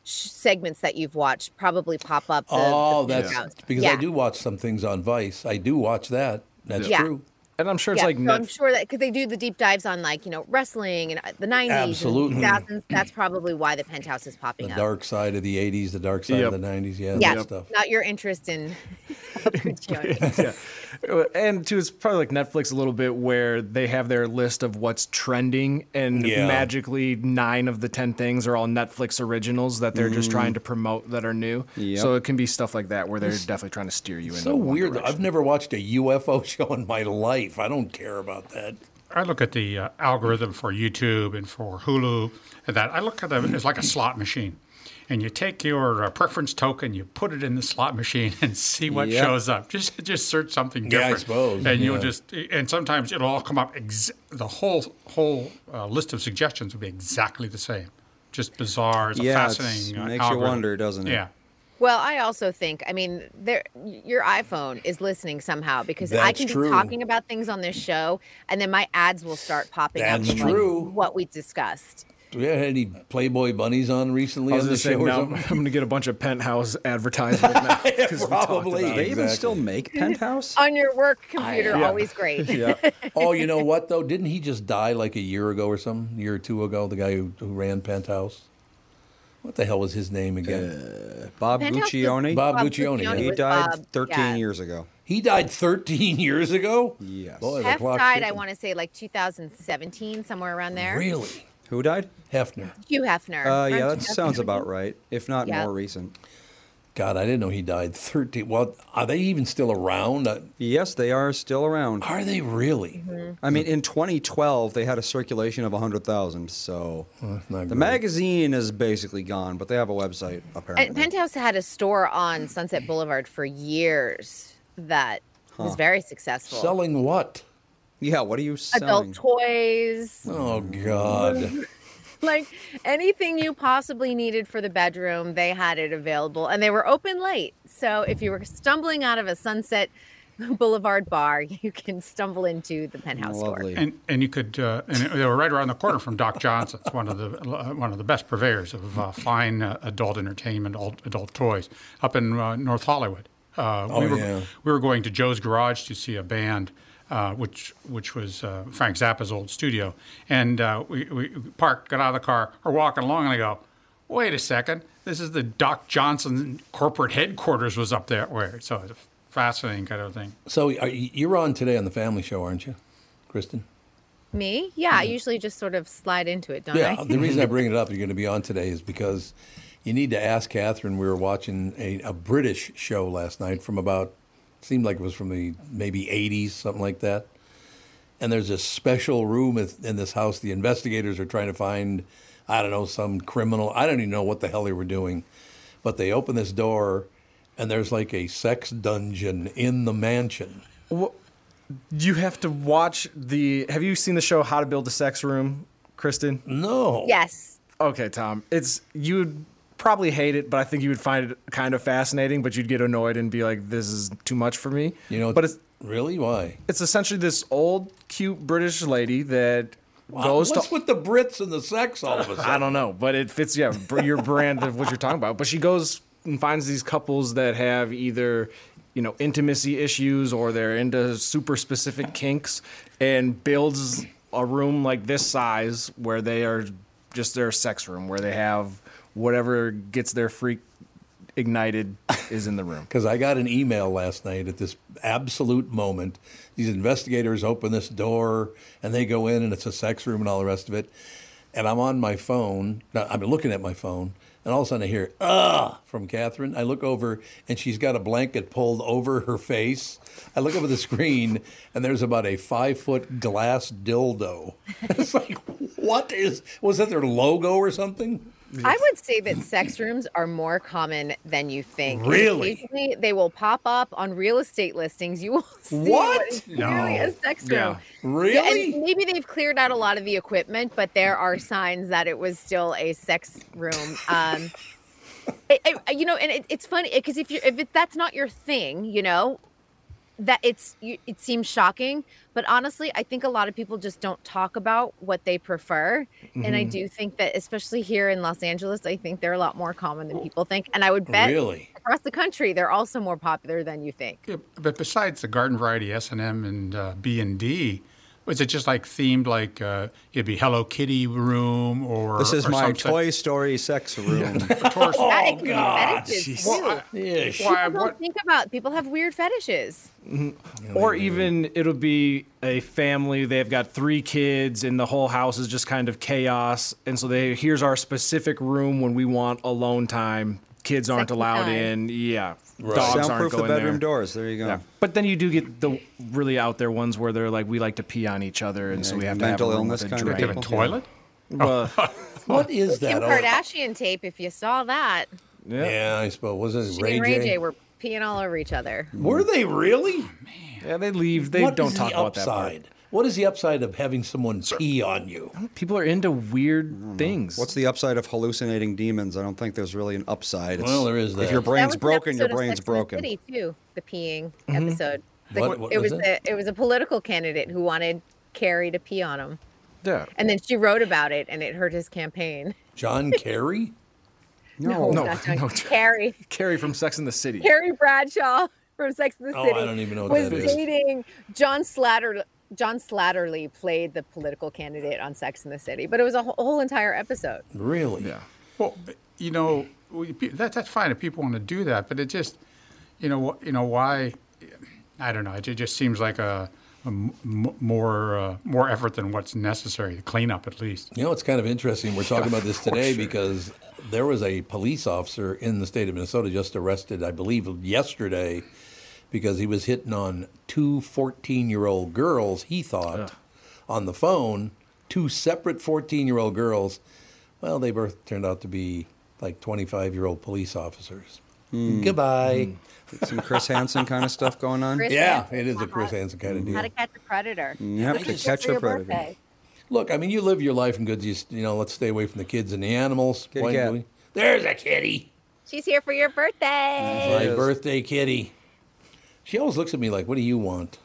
Speaker 13: sh- segments that you've watched probably pop up the, the
Speaker 2: oh, that's
Speaker 13: Penthouse.
Speaker 2: because
Speaker 13: yeah.
Speaker 2: I do watch some things on Vice. I do watch that. That's
Speaker 13: Yeah.
Speaker 2: true.
Speaker 4: And I'm sure
Speaker 13: yeah, so I'm sure that because they do the deep dives on like you know wrestling and uh, the 90s,
Speaker 2: Absolutely.
Speaker 13: and 2000s. That's probably why the penthouse is popping
Speaker 2: the
Speaker 13: up.
Speaker 2: dark side of the '80s, the dark side
Speaker 4: Yep.
Speaker 2: of the '90s. Yeah,
Speaker 13: yeah,
Speaker 2: that stuff.
Speaker 13: not your interest in
Speaker 4: yeah. And too, it's probably like Netflix a little bit where they have their list of what's trending, and
Speaker 2: Yeah.
Speaker 4: magically nine of the 10 things are all Netflix originals that they're just
Speaker 2: Mm.
Speaker 4: trying to promote that are new.
Speaker 2: Yep.
Speaker 4: So it can be stuff like that where they're
Speaker 2: It's-
Speaker 4: definitely trying to steer you in.
Speaker 2: So weird. that I've never watched a UFO show in my life. I don't care about that.
Speaker 14: I look at the uh, algorithm for YouTube and for Hulu and that. I look at them as like a slot machine. And you take your uh, preference token, you put it in the slot machine, and see what
Speaker 2: Yeah.
Speaker 14: shows up. Just just search something
Speaker 2: Yeah, I
Speaker 14: different,
Speaker 2: suppose,
Speaker 14: and you'll
Speaker 2: yeah.
Speaker 14: just and sometimes it'll all come up. Ex- the whole whole uh, list of suggestions will be exactly the same. Just bizarre. It's a
Speaker 3: Yeah, it's-
Speaker 14: fascinating. uh,
Speaker 3: makes you
Speaker 14: algorithm.
Speaker 3: wonder, doesn't it?
Speaker 14: Yeah.
Speaker 13: Well, I also think, I mean, there your iPhone is listening somehow because I
Speaker 14: That's
Speaker 13: can be
Speaker 14: true.
Speaker 13: talking about things on this show and then my ads will start popping up.
Speaker 2: That's
Speaker 13: of, like,
Speaker 2: true.
Speaker 13: what we discussed.
Speaker 2: Do we have any Playboy bunnies on recently?
Speaker 4: I was
Speaker 2: on
Speaker 4: going
Speaker 2: the
Speaker 4: to say,
Speaker 2: show or
Speaker 4: now I'm
Speaker 2: something?
Speaker 4: going to get a bunch of penthouse advertisements now.
Speaker 2: Probably.
Speaker 4: They even still
Speaker 3: make
Speaker 13: on your work computer,
Speaker 2: Yeah.
Speaker 13: always great.
Speaker 2: oh, you know what though? Didn't he just die like a year ago or something? A year or two ago, the guy who, who ran Penthouse. What the hell was his name
Speaker 4: Uh,
Speaker 2: again?
Speaker 3: Bob Penthouse was- Guccione?
Speaker 2: Bob,
Speaker 3: Bob
Speaker 2: Guccione.
Speaker 3: Guccione
Speaker 2: yeah.
Speaker 3: He was died Bob, 13 yeah. years ago.
Speaker 2: He died 13 years ago. Yes. Boy, the
Speaker 13: Hef
Speaker 2: clock's
Speaker 13: died, I
Speaker 2: ticking.
Speaker 13: want to say, like 2017, somewhere around there.
Speaker 2: Really?
Speaker 3: Who died?
Speaker 2: Hefner.
Speaker 13: Hugh Hefner.
Speaker 3: Uh,
Speaker 13: Aren't you
Speaker 3: yeah, that
Speaker 13: Hefner?
Speaker 3: sounds about right, if not
Speaker 13: Yeah.
Speaker 3: more recent.
Speaker 2: God, I didn't know he died 13. Well, are they even still around? Uh,
Speaker 3: Yes, they are still around. Mm-hmm.
Speaker 2: Are they really?
Speaker 3: I mean, in 2012, they had a circulation of 100,000, so
Speaker 2: the
Speaker 3: magazine is basically gone, but they have a website, apparently.
Speaker 13: And Penthouse had a store on Sunset Boulevard for years that was
Speaker 3: Huh.
Speaker 13: very successful.
Speaker 2: Selling what?
Speaker 3: Yeah, what are you
Speaker 13: Adult
Speaker 3: selling?
Speaker 13: toys,
Speaker 2: Oh, God.
Speaker 13: like anything you possibly needed for the bedroom, they had it available and they were open late. So if you were stumbling out of a Sunset Boulevard bar, you can stumble into the penthouse store.
Speaker 14: And and you could uh, and they were right around the corner from Doc Johnson's, one of the uh, one of the best purveyors of uh, fine uh, adult entertainment, adult, adult toys, up in uh, North Hollywood. Uh,
Speaker 2: Oh,
Speaker 14: we were
Speaker 2: yeah.
Speaker 14: we were going to Joe's Garage to see a band. Uh, which which was uh, Frank Zappa's old studio, and uh, we, we parked, got out of the car, are walking along, and I go, "Wait a second, this is the Doc Johnson corporate headquarters was up that way." So it's a fascinating kind of thing.
Speaker 2: So are, you- you're on today on the Family Show, aren't you, Kristen?
Speaker 13: Me? Yeah, I usually just sort of slide into it, don't
Speaker 2: yeah.
Speaker 13: I?
Speaker 2: The reason I bring it up, you're going to be on today, is because you need to ask Catherine. We were watching a, a British show last night from about seemed like it was from the maybe 80s, something like that. And there's a special room at- in this house. The investigators are trying to find, I don't know, some criminal. I don't even know what the hell they were doing, but they open this door, and there's like a sex dungeon in the mansion.
Speaker 4: You have to watch the. Have you seen the show How to Build a Sex Room, Kristen?
Speaker 2: No.
Speaker 13: Yes.
Speaker 4: Okay, Tom. It's you would probably hate it, but I think you would find it kind of fascinating. But you'd get annoyed and be like, "This is too much for me." You know, but it's
Speaker 2: really why.
Speaker 4: It's essentially this old, cute British lady that goes
Speaker 2: What's
Speaker 4: to.
Speaker 2: with the Brits and the sex all of a sudden?
Speaker 4: I don't know, but it fits yeah br- your brand of what you're talking about. But she goes and finds these couples that have either you know intimacy issues or they're into super specific kinks and builds a room like this size where they are just their sex room where they have whatever gets their freak ignited is in the room.
Speaker 2: Because I got an email last night at this absolute moment. These investigators open this door and they go in, and it's a sex room and all the rest of it. And I'm on my phone. no, I've been looking at my phone, and all of a sudden I hear, ugh, from Catherine. I look over, and she's got a blanket pulled over her face. I look over the screen, and there's about a five foot glass dildo. It's like, what is, was that their logo or something?
Speaker 13: I would say that sex rooms are more common than you think. And
Speaker 2: Really?
Speaker 13: Occasionally, they will pop up on real estate listings. You will see
Speaker 2: What?
Speaker 13: is clearly
Speaker 2: No.
Speaker 13: a sex room.
Speaker 2: Yeah.
Speaker 13: Yeah, and
Speaker 2: Really?
Speaker 13: maybe they've cleared out a lot of the equipment, but there are signs that it was still a sex room. Um, I- I- you know, and it, it's funny because if you if it, that's not your thing, you know, that it's you, it seems shocking, but honestly, I think a lot of people just don't talk about what they prefer, and I
Speaker 15: Mhm.
Speaker 13: do think that especially here in Los Angeles, I think they're a lot more common than people think, and I would bet
Speaker 14: Really?
Speaker 13: across the country they're also more popular than you think.
Speaker 14: But besides the garden variety S uh, and M and B and D, Was it just like themed, like uh, it'd be Hello Kitty room or
Speaker 3: This is
Speaker 14: or
Speaker 3: my
Speaker 14: some such-
Speaker 3: Toy Story sex room.
Speaker 13: that
Speaker 4: Oh,
Speaker 13: includes fetishes too.
Speaker 14: Well, I-
Speaker 4: Yeah,
Speaker 13: people
Speaker 4: why-
Speaker 13: don't think about people have weird fetishes.
Speaker 4: Mhm. Or even it'll be a family. They've got three kids, and the whole house is just kind of chaos. And so they here's our specific room when we want alone time. Kids aren't
Speaker 3: Second
Speaker 4: allowed
Speaker 3: time.
Speaker 4: in. Yeah, dogs aren't
Speaker 3: Soundproof
Speaker 4: going
Speaker 3: the bedroom
Speaker 4: there.
Speaker 3: doors. There you go.
Speaker 4: Yeah. But then you do get the really out there ones where they're like, we like to pee on each other, and so we have to have a
Speaker 3: mental
Speaker 4: room
Speaker 3: illness
Speaker 4: with
Speaker 3: kind
Speaker 4: a
Speaker 3: of
Speaker 4: drain.
Speaker 3: people. Toilet?
Speaker 4: Well,
Speaker 2: what is
Speaker 13: Kim Kardashian tape, if you saw that,
Speaker 2: Yeah. I suppose wasn't
Speaker 13: she
Speaker 2: it Ray,
Speaker 13: and Ray J.
Speaker 2: J?
Speaker 13: were peeing all over each other.
Speaker 2: Were they really?
Speaker 4: Yeah, they leave. They
Speaker 2: What
Speaker 4: don't
Speaker 2: is
Speaker 4: talk
Speaker 2: the
Speaker 4: about that part.
Speaker 2: upside? What is the upside of having someone pee on you?
Speaker 4: People are into weird things.
Speaker 3: What's the upside of hallucinating demons? I don't think there's really an upside.
Speaker 2: Well, there is
Speaker 3: If
Speaker 2: that.
Speaker 3: your
Speaker 2: That
Speaker 3: brain's
Speaker 13: was an
Speaker 3: broken, your
Speaker 13: episode of
Speaker 3: brain's
Speaker 13: Sex and the
Speaker 3: broken.
Speaker 13: City too, the peeing
Speaker 3: Mhm.
Speaker 13: episode. The-
Speaker 3: What- what
Speaker 13: it
Speaker 3: was
Speaker 13: was,
Speaker 3: it?
Speaker 13: a it was a political candidate who wanted Carrie to pee on him,
Speaker 4: Yeah.
Speaker 13: and then she wrote about it, and it hurt his campaign.
Speaker 2: John Kerry?
Speaker 4: No,
Speaker 13: no,
Speaker 4: no,
Speaker 13: not John-
Speaker 4: no.
Speaker 13: Carrie,
Speaker 4: Carrie from Sex and the City.
Speaker 13: Carrie Bradshaw from Sex and the
Speaker 4: Oh, I
Speaker 13: City.
Speaker 4: don't even know what
Speaker 13: was
Speaker 4: that is.
Speaker 13: dating John Slatter. John Slatterly played the political candidate on Sex and the City, but it was a whole, whole entire episode.
Speaker 2: Really? Yeah.
Speaker 14: Well, you know, we- pe- that, that's fine if people want to do that, but it just, you know, wh- you know why? I don't know. It ju- just seems like a, a m- m- more uh, more effort than what's necessary. The cleanup, at least.
Speaker 2: You know, it's kind of interesting. We're talking about this
Speaker 14: For
Speaker 2: today
Speaker 14: sure.
Speaker 2: because there was a police officer in the state of Minnesota just arrested, I believe, yesterday because he was hitting on two 14 year old girls, he thought, on the phone, two separate 14 year old girls. Well, they both turned out to be like 25 year old police officers. Goodbye.
Speaker 3: Hmm. Some Chris Hansen kind of stuff going on.
Speaker 13: Chris
Speaker 2: yeah,
Speaker 13: Hansen.
Speaker 2: it is a Chris Hansen kind of deal.
Speaker 13: How to catch a predator.
Speaker 3: Yep,
Speaker 13: This
Speaker 3: to
Speaker 13: is
Speaker 3: catch
Speaker 13: for
Speaker 3: a
Speaker 13: your
Speaker 3: predator.
Speaker 13: birthday.
Speaker 2: Look, I mean, you live your life in good. You, s- you know, let's stay away from the kids and the animals.
Speaker 3: Kitty
Speaker 2: Why
Speaker 3: cat.
Speaker 2: do we- There's a kitty.
Speaker 13: She's here for your birthday.
Speaker 2: My birthday kitty. She always looks at me like, "What do you want?"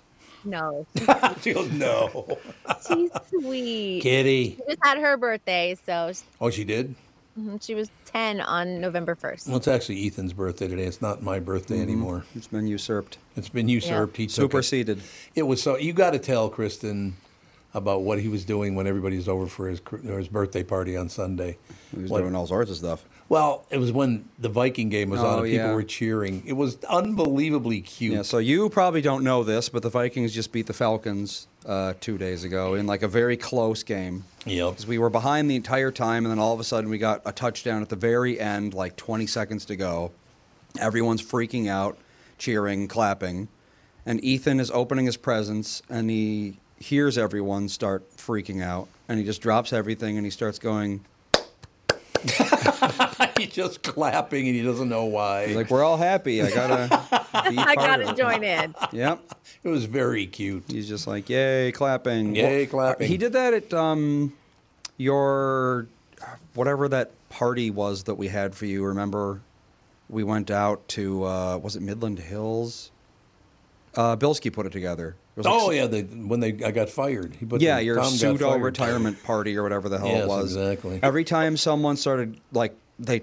Speaker 13: No,
Speaker 2: she goes, "No,
Speaker 13: she's sweet.
Speaker 2: kitty."
Speaker 13: She just had her birthday, so s-
Speaker 2: Oh, she did.
Speaker 13: mhm, she was 10 on November 1st.
Speaker 2: Well, it's actually Ethan's birthday today. It's not my birthday anymore.
Speaker 3: Mm-hmm. It's been usurped.
Speaker 2: It's been usurped. He took it.
Speaker 3: Superseded.
Speaker 2: It. was so. You got to tell Kristen about what he was doing when everybody was over for his cr- or his birthday party on Sunday.
Speaker 3: He was
Speaker 2: What-
Speaker 3: doing all sorts of stuff.
Speaker 2: Well, it was when the Viking game was on
Speaker 3: Oh,
Speaker 2: and people
Speaker 3: yeah.
Speaker 2: were cheering. It was unbelievably cute.
Speaker 3: Yeah, so you probably don't know this, but the Vikings just beat the Falcons uh, two days ago in like a very close game.
Speaker 2: Yep.
Speaker 3: we were behind the entire time, and then all of a sudden we got a touchdown at the very end, like 20 seconds to go. Everyone's freaking out, cheering, clapping. And Ethan is opening his presents, and he hears everyone start freaking out, and he just drops everything and he starts going,
Speaker 2: He's just clapping and he doesn't know why.
Speaker 3: like, We're all happy. I gotta be
Speaker 13: I
Speaker 3: part of
Speaker 13: gotta
Speaker 3: it."
Speaker 13: join in.
Speaker 3: Yep.
Speaker 2: It was very cute.
Speaker 3: He's just like, yay, clapping.
Speaker 2: Yay,
Speaker 3: Well,
Speaker 2: clapping.
Speaker 3: He did that at um, your, whatever that party was that we had for you. Remember, we went out to, uh, was it Midland Hills? Uh, Bilski put it together. It was like
Speaker 2: oh
Speaker 3: s-
Speaker 2: yeah, they, when they I got fired, he put
Speaker 3: yeah,
Speaker 2: the-
Speaker 3: your
Speaker 2: Tom got
Speaker 3: pseudo
Speaker 2: fired.
Speaker 3: retirement party or whatever the hell
Speaker 2: Yes,
Speaker 3: it was.
Speaker 2: exactly.
Speaker 3: Every time someone started like they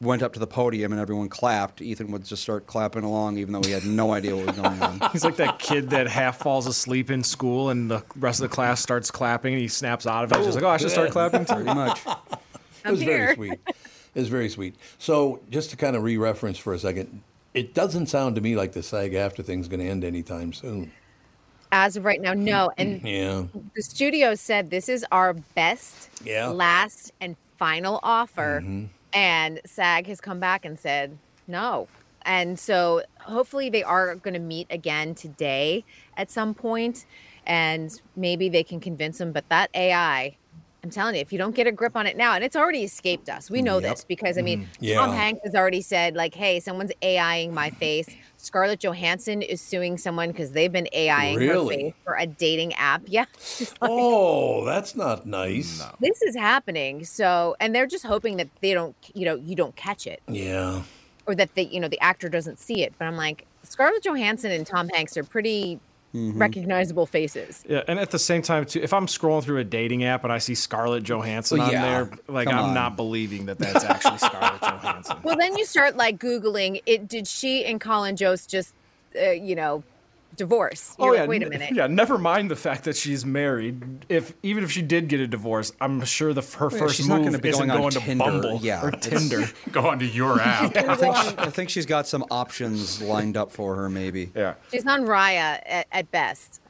Speaker 3: went up to the podium and everyone clapped, Ethan would just start clapping along, even though he had no idea what was going on.
Speaker 4: He's like that kid that half falls asleep in school, and the rest of the class starts clapping, and he snaps out of it. He's just like, "Oh, I should start
Speaker 2: Yeah.
Speaker 4: clapping." too."
Speaker 3: Pretty much.
Speaker 2: It was
Speaker 4: here.
Speaker 2: very sweet. It was very sweet. So just to kind of re-reference for a second, it doesn't sound to me like the SAG after thing's going to end anytime soon.
Speaker 13: As of right now, no. And
Speaker 2: Yeah.
Speaker 13: the studio said this is our best,
Speaker 2: Yeah.
Speaker 13: last, and final offer.
Speaker 2: Mhm.
Speaker 13: And SAG has come back and said no. And so hopefully they are going to meet again today at some point, and maybe they can convince him. But that AI, I'm telling you, if you don't get a grip on it now, and it's already escaped us, we know
Speaker 2: Yep.
Speaker 13: this because I mean,
Speaker 2: Mhm. Yeah.
Speaker 13: Tom Hanks has already said like, "Hey, someone's AIing my face." Scarlett Johansson is suing someone because they've been AIing
Speaker 2: Really?
Speaker 13: her face for a dating app. Yeah. She's like,
Speaker 2: Oh, that's not nice. No.
Speaker 13: this is happening. So, and they're just hoping that they don't, you know, you don't catch it
Speaker 2: Yeah.
Speaker 13: or that the, you know, the actor doesn't see it. But I'm like, Scarlett Johansson and Tom Hanks are pretty
Speaker 3: Mm-hmm.
Speaker 13: recognizable faces.
Speaker 4: Yeah, and at the same time, too, if I'm scrolling through a dating app and I see Scarlett Johansson
Speaker 3: Well,
Speaker 4: on
Speaker 3: yeah.
Speaker 4: there, like
Speaker 3: Come
Speaker 4: I'm
Speaker 3: on.
Speaker 4: not believing that that's actually Scarlett Johansson.
Speaker 13: Well, then you start like Googling it. Did she and Colin Jost just, uh, you know, divorce.
Speaker 3: Oh,
Speaker 13: You're like, wait a
Speaker 4: n-
Speaker 13: minute.
Speaker 4: Oh, Yeah, never mind the fact that she's married. If even if she did get a divorce, I'm sure the f- her
Speaker 3: Well, yeah,
Speaker 4: first
Speaker 3: she's not
Speaker 4: move
Speaker 3: gonna be
Speaker 4: isn't
Speaker 3: going on
Speaker 4: going to
Speaker 3: Tinder.
Speaker 4: Bumble
Speaker 3: Yeah,
Speaker 4: or
Speaker 3: it's-
Speaker 4: Tinder.
Speaker 14: Go onto your app.
Speaker 3: I, think she, I think she's got some options lined up for her, maybe. Mm-hmm.
Speaker 4: Yeah.
Speaker 13: She's on Raya at, at best.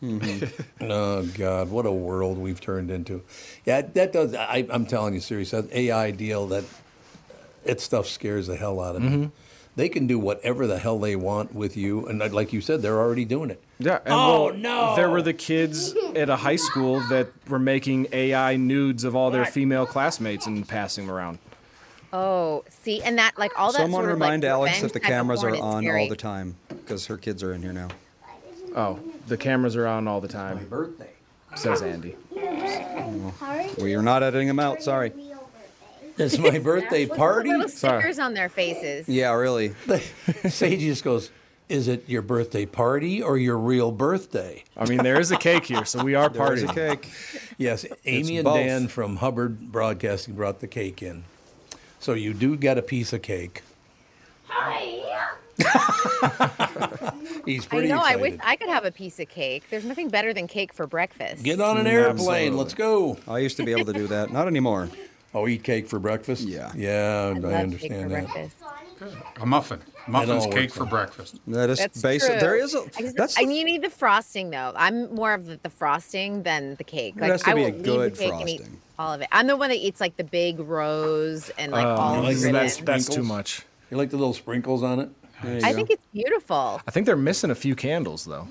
Speaker 2: oh God, what a world we've turned into. Yeah, that does. I, I'm telling you, serious that AI deal that uh, it stuff scares the hell out of me.
Speaker 4: Mhm.
Speaker 2: They can do whatever the hell they want with you, and like- like you said, they're already doing it.
Speaker 4: Yeah. And
Speaker 2: Oh,
Speaker 4: well, There were the kids at a high school that were making AI nudes of all their female classmates and passing them around.
Speaker 13: Oh, see, and that like all that.
Speaker 3: Someone
Speaker 13: sort of,
Speaker 3: remind
Speaker 13: like,
Speaker 3: Alex that
Speaker 13: revenge
Speaker 3: the
Speaker 13: type of
Speaker 3: cameras
Speaker 13: porn
Speaker 3: are
Speaker 13: is
Speaker 3: on
Speaker 13: scary.
Speaker 3: all the time because her kids are in here now.
Speaker 4: Oh, the cameras are on all the time. My birthday. Says Andy.
Speaker 3: We are not editing them out. Sorry.
Speaker 2: It's my birthday
Speaker 13: Look at the Little stickers on their faces.
Speaker 3: Yeah, really.
Speaker 2: Sage just goes, "Is it your birthday party or your real birthday?"
Speaker 4: I mean, there is a cake here, so we are
Speaker 2: There is a
Speaker 4: partying.
Speaker 3: cake.
Speaker 2: Yes, Amy and
Speaker 4: both.
Speaker 2: Dan from Hubbard Broadcasting brought the cake in, so you do get a piece of cake. He's
Speaker 13: I know.
Speaker 2: pretty
Speaker 13: I
Speaker 2: excited.
Speaker 13: wish I could have a piece of cake. There's nothing better than cake for breakfast.
Speaker 2: Get on an
Speaker 3: Mm,
Speaker 2: airplane. Let's go.
Speaker 3: I used to be able to do that. Not anymore.
Speaker 2: Oh, eat cake for breakfast? Yeah. Yeah, I,
Speaker 13: love cake
Speaker 2: understand that.
Speaker 13: for breakfast.
Speaker 14: A muffin.
Speaker 2: all
Speaker 14: Muffins,
Speaker 2: works
Speaker 14: cake for
Speaker 2: out.
Speaker 14: breakfast.
Speaker 3: That is
Speaker 13: That's
Speaker 3: basic.
Speaker 13: true.
Speaker 3: There is a.
Speaker 13: I, just-
Speaker 3: That's
Speaker 13: I you need the frosting though. I'm more of the, the frosting than the cake.
Speaker 3: It
Speaker 13: Like
Speaker 3: has to
Speaker 13: I
Speaker 3: be
Speaker 13: will
Speaker 3: a
Speaker 13: leave
Speaker 3: good
Speaker 13: the cake and eat all of it. I'm the one that eats like the big rose and
Speaker 3: Oh,
Speaker 13: like all.
Speaker 4: that's-
Speaker 13: of
Speaker 4: Um, that's,
Speaker 13: it.
Speaker 4: that's too much.
Speaker 2: You like the little sprinkles on it?
Speaker 13: I think it's beautiful.
Speaker 4: I think they're missing a few candles though.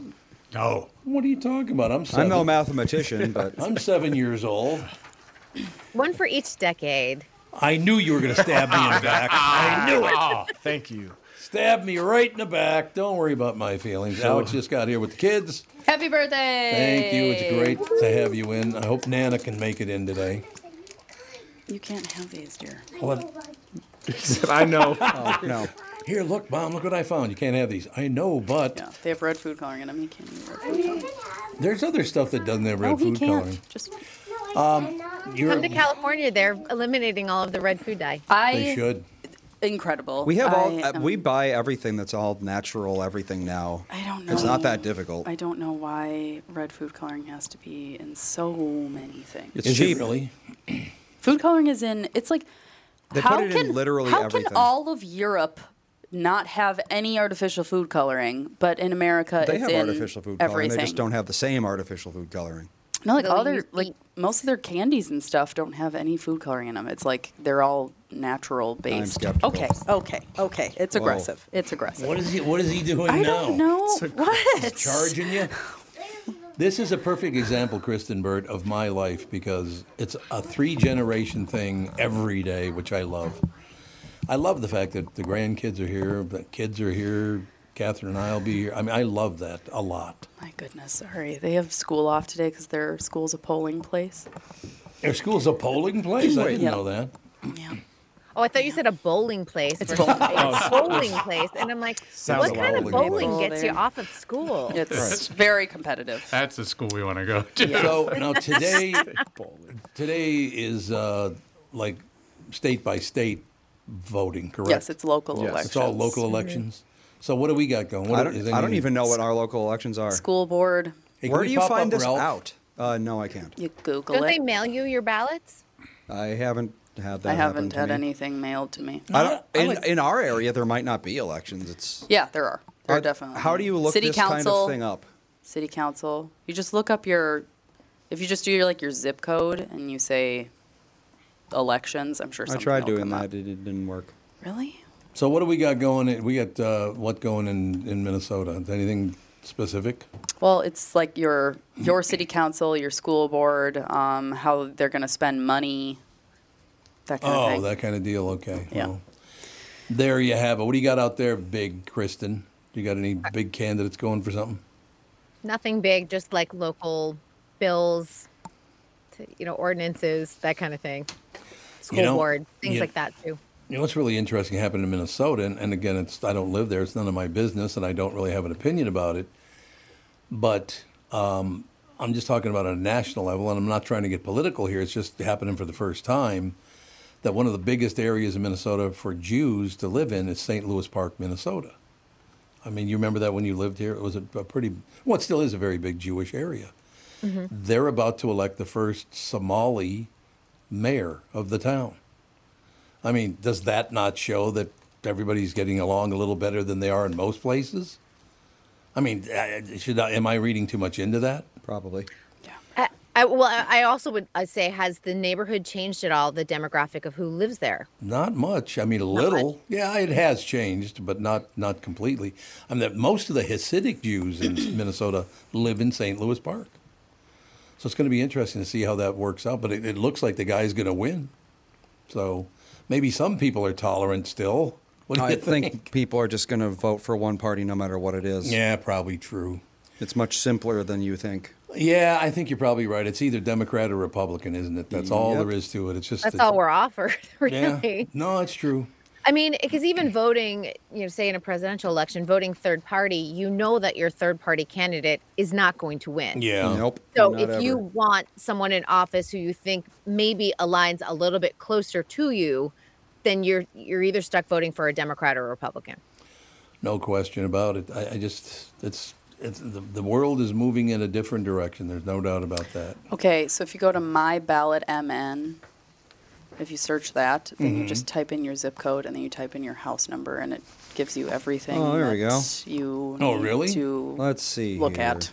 Speaker 2: No. What are you talking about? I'm
Speaker 3: I'm
Speaker 2: seven.
Speaker 3: no mathematician, but
Speaker 2: I'm seven years old.
Speaker 13: One for each decade.
Speaker 2: I knew you were going to stab me in the back. I knew it.
Speaker 4: Thank you.
Speaker 2: Stab me right in the back. Don't worry about my feelings. Alex just got here with the kids.
Speaker 15: Happy birthday!
Speaker 2: Thank you. It's great to have you in. I hope Nana can make it in today.
Speaker 15: You can't have these, dear.
Speaker 2: What?
Speaker 4: I know.
Speaker 2: Oh, no. Here, look, Mom, look what I found. You can't have these. I know, but
Speaker 15: They have red food coloring in them. You can't eat red food coloring.
Speaker 2: there's other stuff that doesn't have red
Speaker 15: no, he
Speaker 2: food
Speaker 15: can't.
Speaker 2: coloring.
Speaker 15: Just
Speaker 2: Um, you're,
Speaker 13: Come to California. They're eliminating all of the red food dye.
Speaker 15: I
Speaker 3: they should.
Speaker 15: incredible.
Speaker 3: We have all.
Speaker 15: I
Speaker 3: uh, we buy everything that's all natural. Everything now.
Speaker 15: I don't
Speaker 3: It's not
Speaker 15: know.
Speaker 3: that difficult.
Speaker 15: I don't know why red food coloring has to be in so many things.
Speaker 3: It's cheap. really?
Speaker 15: Food coloring is in. It's like
Speaker 3: They
Speaker 15: how
Speaker 3: put it in
Speaker 15: can
Speaker 3: literally
Speaker 15: how
Speaker 3: everything.
Speaker 15: can all of Europe not have any artificial food coloring, but in America
Speaker 3: They
Speaker 15: it's
Speaker 3: have
Speaker 15: in
Speaker 3: artificial food coloring.
Speaker 15: everything.
Speaker 3: They just don't have the same artificial food coloring.
Speaker 15: No, like all their like most of their candies and stuff don't have any food coloring in them. It's like they're all natural based.
Speaker 3: skeptical.
Speaker 15: Okay, okay, okay. It's
Speaker 3: Whoa.
Speaker 15: aggressive. It's aggressive.
Speaker 2: What is he? What is he doing
Speaker 15: I
Speaker 2: now?
Speaker 15: don't know. what?
Speaker 2: Charging you. This is a perfect example, Kristen Burt, of my life because it's a three-generation thing every day, which I love. I love the fact that the grandkids are here, the kids are here, Catherine and I'll be here. I mean, I love that a lot.
Speaker 15: My goodness, sorry. They have school off today because their school's a polling place.
Speaker 2: Their school's a polling place. I didn't
Speaker 15: Yeah.
Speaker 2: know that.
Speaker 13: Oh, I thought you said a bowling place. It's bowling. a bowling place, and I'm like,
Speaker 14: Sounds
Speaker 13: what
Speaker 14: like
Speaker 13: kind of
Speaker 14: bowling.
Speaker 13: bowling
Speaker 15: Bowling.
Speaker 13: gets you off of
Speaker 2: Oh,
Speaker 13: school?
Speaker 15: It's very competitive.
Speaker 14: That's the school we want to go to.
Speaker 2: So now today, today is uh, like state by state voting, correct?
Speaker 15: Yes, it's local Yes.
Speaker 2: It's all
Speaker 15: elections.
Speaker 2: local
Speaker 15: Mhm.
Speaker 2: elections. So what do we got going? What
Speaker 3: I don't,
Speaker 2: is
Speaker 3: I don't
Speaker 2: anything-
Speaker 3: even know what our local elections are.
Speaker 15: School board.
Speaker 2: Hey, can
Speaker 3: Where
Speaker 2: we
Speaker 3: do you
Speaker 2: pop
Speaker 3: find
Speaker 2: up
Speaker 3: this
Speaker 2: Ralph?
Speaker 3: out? Uh, no, I can't.
Speaker 15: You Google
Speaker 13: Don't
Speaker 15: it.
Speaker 13: they mail you your ballots?
Speaker 3: I haven't had that.
Speaker 15: I
Speaker 3: happen
Speaker 15: haven't
Speaker 3: to
Speaker 15: had
Speaker 3: me.
Speaker 15: anything mailed to me.
Speaker 3: I don't, in,
Speaker 15: would-
Speaker 3: in our area, there might not be elections. It's
Speaker 15: yeah, there are. There are
Speaker 3: Are-
Speaker 15: definitely.
Speaker 3: How do you look
Speaker 15: City
Speaker 3: this
Speaker 15: council,
Speaker 3: kind of thing up?
Speaker 15: City council. You just look up your. If you just do your like your zip code and you say elections, I'm sure.
Speaker 3: I
Speaker 15: something
Speaker 3: tried
Speaker 15: will
Speaker 3: doing
Speaker 15: come
Speaker 3: that.
Speaker 15: up.
Speaker 3: It, it didn't work.
Speaker 15: Really?
Speaker 2: So what do we got going? in- We got uh, what going in in Minnesota? Anything specific?
Speaker 15: Well, it's like your your city council, your school board, um, how they're going to spend money, that kind of
Speaker 2: Oh,
Speaker 15: thing.
Speaker 2: that kind of deal. Okay.
Speaker 15: Yeah.
Speaker 2: Well, there you have it. What do you got out there, big Kristen? You got any big candidates going for something?
Speaker 13: Nothing big, just like local bills, to, you know, ordinances, that kind of thing. School
Speaker 2: know,
Speaker 13: board, things
Speaker 2: you-
Speaker 13: like that too.
Speaker 2: You know what's really interesting happened in Minnesota, and, and again, it's I don't live there; it's none of my business, and I don't really have an opinion about it. But um, I'm just talking about on a national level, and I'm not trying to get political here. It's just happening for the first time that one of the biggest areas in Minnesota for Jews to live in is St. Louis Park, Minnesota. I mean, you remember that when you lived here? It was a, a pretty, well, it still is a very big Jewish area. They're about to elect the first Somali mayor of the town. I mean, does that not show that everybody's getting along a little better than they are in most places? I mean, I- I- should I, am I reading too much into that?
Speaker 3: Probably.
Speaker 13: I, I, well, I I also would uh, say, has the neighborhood changed at all? The demographic of who lives there.
Speaker 2: Not much. I mean, a little. Yeah, it has changed, but not not completely. I mean, that most of the Hasidic Jews in Minnesota live in St. Louis Park, so it's going to be interesting to see how that works out. But it, it looks like the guy's going to win. So maybe some people are tolerant still. What do
Speaker 3: I
Speaker 2: you
Speaker 3: think, people are just going to vote for one party no matter what it is.
Speaker 2: Yeah, probably true.
Speaker 3: It's much simpler than you think.
Speaker 2: Yeah, I think you're probably right. It's either Democrat or Republican, isn't it? That's all
Speaker 3: Mm, Yep.
Speaker 2: there is to it. It's just
Speaker 13: That's
Speaker 2: it's-
Speaker 13: all we're offered,
Speaker 2: Yeah.
Speaker 13: really.
Speaker 2: No, it's true.
Speaker 13: I mean, because even voting, you know, say in a presidential election, voting third party, you know that your third party candidate is not going to win.
Speaker 2: Yeah.
Speaker 3: Nope.
Speaker 13: So
Speaker 3: not
Speaker 13: if you
Speaker 3: ever.
Speaker 13: want someone in office who you think maybe aligns a little bit closer to you, then you're you're either stuck voting for a Democrat or a Republican.
Speaker 2: No question about it. I, I just, it's, it's the, the world is moving in a different direction. There's no doubt about that.
Speaker 15: Okay, so if you go to My Ballot MN, if you search that, then
Speaker 3: Mm-hmm.
Speaker 15: you
Speaker 2: Mhm.
Speaker 15: just type in your zip code and then you type in your house number and it gives you everything
Speaker 3: Oh, there we go. Oh,
Speaker 15: that you need to
Speaker 3: Let's see.
Speaker 15: look
Speaker 3: here.
Speaker 15: at.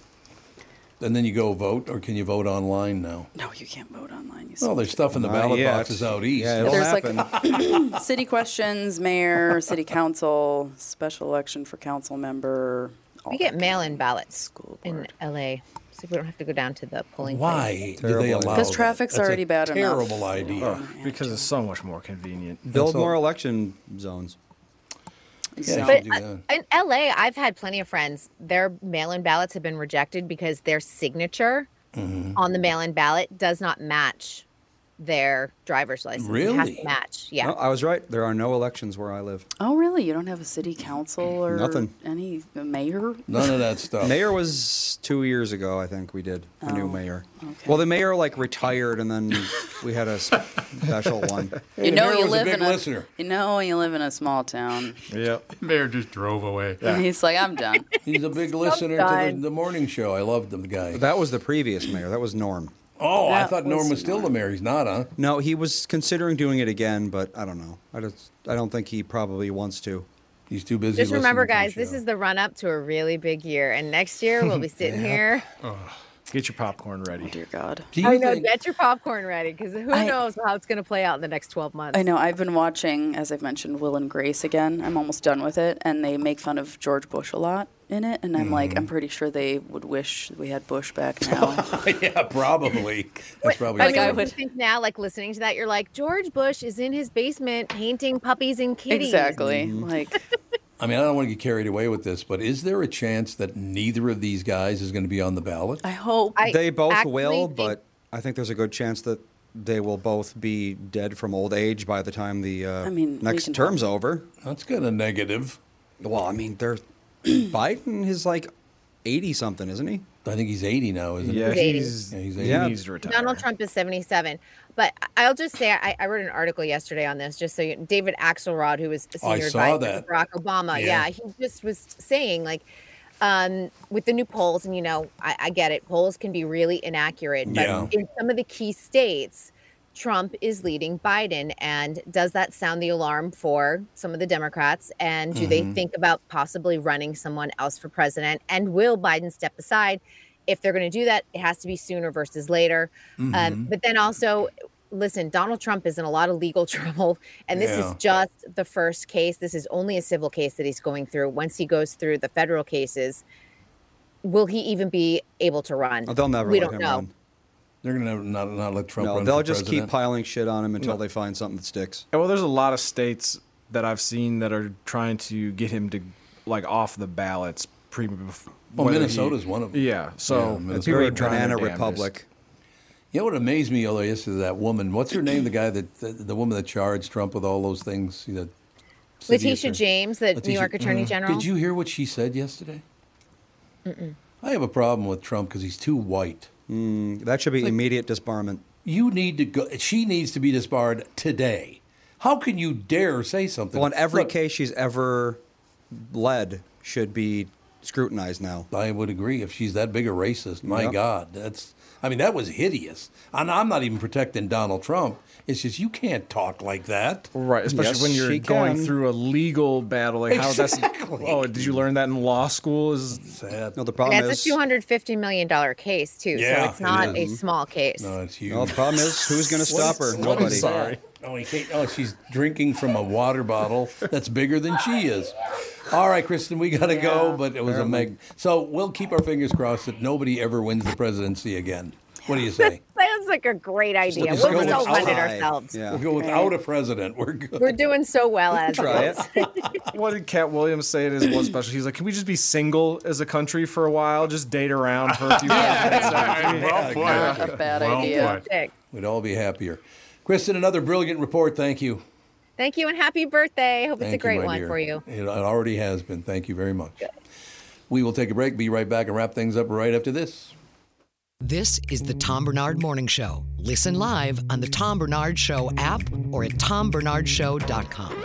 Speaker 2: And then you go vote, or can you vote online now?
Speaker 15: No, you can't vote online. You
Speaker 2: Well, there's stuff in the
Speaker 3: Not
Speaker 2: ballot
Speaker 3: yet.
Speaker 2: boxes out east.
Speaker 3: Yeah, it'll
Speaker 15: There's like city questions, mayor, city council, special election for council member.
Speaker 3: Oh
Speaker 13: We get mail in ballots in LA. So we don't have to go down to the polling
Speaker 2: Why
Speaker 13: place.
Speaker 2: do they allow
Speaker 15: Because
Speaker 2: that?
Speaker 15: traffic's
Speaker 2: That's a
Speaker 15: already bad enough.
Speaker 2: terrible idea.
Speaker 4: because it's so much more convenient.
Speaker 3: Build more election zones.
Speaker 13: but I- in LA, I've had plenty of friends. Their mail in ballots have been rejected because their signature
Speaker 2: Mm-hmm.
Speaker 3: Mm-hmm.
Speaker 13: on the mail in ballot does not match their driver's license. It has
Speaker 3: Really?
Speaker 13: to match. Yeah.
Speaker 3: No, I was right. There are no elections where I live.
Speaker 15: Oh, really? You don't have a city council or
Speaker 3: Nothing.
Speaker 15: any the mayor?
Speaker 2: that stuff.
Speaker 3: Mayor was two years ago, I think we did a
Speaker 15: Oh,
Speaker 3: new mayor. Well, the mayor like retired, and then we had a special one.
Speaker 15: You know you live in a you know you live in a small town.
Speaker 3: Yep.
Speaker 14: Mayor just drove away.
Speaker 15: And he's like, I'm done.
Speaker 2: He's a big listener to the,
Speaker 15: Sometime.
Speaker 2: the morning show. I love the guy.
Speaker 3: That was the previous mayor. That was Norm.
Speaker 2: Oh, I
Speaker 15: That
Speaker 2: thought Norm
Speaker 15: was
Speaker 2: was still the mayor. He's not, huh?
Speaker 3: No, he was considering doing it again, but I don't know. I just I don't think he probably wants to.
Speaker 2: He's too busy.
Speaker 13: Just remember, guys, this is the run up to a really big year. And next year, we'll be sitting
Speaker 4: Yeah.
Speaker 13: here.
Speaker 4: Get your popcorn ready. Oh,
Speaker 15: dear God.
Speaker 13: I know, get your popcorn ready because who knows how it's going to play out in the next 12 months.
Speaker 15: I know. I've been watching, as I've mentioned, Will and Grace again. I'm almost done with it, and they make fun of George Bush a lot in it, and I'm
Speaker 2: Mm-hmm.
Speaker 15: like, I'm pretty sure they would wish we had Bush back now.
Speaker 2: yeah, probably. That's probably
Speaker 13: Like
Speaker 15: Like
Speaker 13: I,
Speaker 15: I would-
Speaker 13: mean, would think now, like listening to that, you're like George Bush is in his basement painting puppies and kitties.
Speaker 15: Exactly. Like
Speaker 2: mm. I mean, I don't want to get carried away with this, but is there a chance that neither of these guys is going to be on the ballot?
Speaker 15: I hope
Speaker 3: they both will, but I think there's a good chance that they will both be dead from old age by the time the uh,
Speaker 15: I mean, we
Speaker 3: next
Speaker 15: can
Speaker 3: term's over.
Speaker 2: That's kind of negative.
Speaker 3: Well, I mean, they're Biden is like eighty something, isn't he?
Speaker 2: I think he's eighty now, isn't
Speaker 13: he? Yeah, He's 80. he's-
Speaker 2: yeah, he's
Speaker 3: yeah.
Speaker 2: 80. He needs to
Speaker 13: Donald Trump is 77. But I'll just say, I, I wrote an article yesterday on this, just so you, David Axelrod, who was a
Speaker 2: Oh, I
Speaker 13: senior
Speaker 2: saw
Speaker 13: advisor
Speaker 2: that.
Speaker 13: to Barack Obama,
Speaker 2: Yeah.
Speaker 13: yeah. he just was saying, like, um, with the new polls, and you know, I, I get it, polls can be really inaccurate, but
Speaker 16: Yeah.
Speaker 13: in some of the key states, Trump is leading Biden. And does that sound the alarm for some of the Democrats? And do they
Speaker 3: Mm-hmm.
Speaker 16: Mhm.
Speaker 13: think about possibly running someone else for president? And will Biden step aside? If they're going to do that, it has to be sooner versus later.
Speaker 3: Mm-hmm.
Speaker 13: Um,
Speaker 16: Mhm.
Speaker 13: but then also, listen, Donald Trump is in a lot of legal trouble. And this
Speaker 16: Yeah.
Speaker 13: is just the first case. This is only a civil case that he's going through. Once he goes through the federal cases, will he even be able to run?
Speaker 3: Oh, they'll never
Speaker 13: We
Speaker 3: let
Speaker 13: don't
Speaker 3: him
Speaker 13: know.
Speaker 3: run.
Speaker 2: They're going to not, not let Trump
Speaker 3: no,
Speaker 2: run
Speaker 3: they'll
Speaker 2: for
Speaker 3: just
Speaker 2: president.
Speaker 3: keep piling shit on him until
Speaker 4: No.
Speaker 3: they find something that sticks.
Speaker 4: well, there's a lot of states that I've seen that are trying to get him to like off the ballots. Pre-
Speaker 2: Well,
Speaker 4: whether he-
Speaker 2: Minnesota's one of them.
Speaker 4: Yeah, so
Speaker 2: Minnesota.
Speaker 4: people are trying their damnedest.
Speaker 2: You know what amazed me although yesterday? That woman. What's her name? The guy that the, the woman that charged Trump with all those things. you know, city
Speaker 13: Letitia
Speaker 2: attorney-
Speaker 13: James, the New
Speaker 2: Letitia-
Speaker 13: York Attorney
Speaker 2: Mhm.
Speaker 13: General.
Speaker 2: Did you hear what she said yesterday?
Speaker 13: Mm-mm.
Speaker 2: I have a problem with Trump because he's too white.
Speaker 3: Hmm, that should be immediate disbarment.
Speaker 2: You need to go. She needs to be disbarred today. How can you dare say something?
Speaker 3: Well, in every
Speaker 2: Look,
Speaker 3: case she's ever led, should be scrutinized now.
Speaker 2: I would agree. If she's that big a racist, my
Speaker 3: Yep.
Speaker 2: God, that's. I mean, that was hideous. And I'm not even protecting Donald Trump. It's just you can't talk like that.
Speaker 4: Right, especially when you're going through a legal battle. Like how
Speaker 2: Exactly.
Speaker 4: that's oh, did you learn that in law school? Is
Speaker 2: sad.
Speaker 3: No, the
Speaker 13: And that's a two hundred fifty million dollar case too.
Speaker 4: Yeah,
Speaker 13: so it's
Speaker 4: it
Speaker 13: not a
Speaker 4: is.
Speaker 13: small case.
Speaker 2: it's huge.
Speaker 3: the problem is, who's gonna stop her? Nobody.
Speaker 2: Sorry. Oh, he can't, oh, she's drinking from a water bottle that's bigger than she is. All right, Kristen, we got to go, but it was a meg. So we'll keep our fingers crossed that nobody ever wins the presidency again. What do you say?
Speaker 13: Sounds like a great idea.
Speaker 2: Just
Speaker 13: We're
Speaker 2: go
Speaker 13: so
Speaker 2: without-
Speaker 13: good at ourselves.
Speaker 2: We'll go without a president. We're good.
Speaker 13: We're doing so well as is.
Speaker 4: what did Cat Williams say at his one special? He's like, "Can we just be single as a country for a while? Just date around for a few minutes."
Speaker 2: Well put. Not a bad Well idea.
Speaker 13: Sick.
Speaker 2: We'd all be happier. Kristen, another brilliant report. Thank you.
Speaker 13: Thank you and happy birthday. Hope it's a
Speaker 2: Thank you,
Speaker 13: great
Speaker 2: my
Speaker 13: one
Speaker 2: dear.
Speaker 13: for you.
Speaker 2: It, it already has been. Thank you very much. We will take a break, be right back, and wrap things up right after this.
Speaker 1: This is the Tom Bernard Morning Show. Listen live on the Tom Bernard Show app or at tombernardshow.com.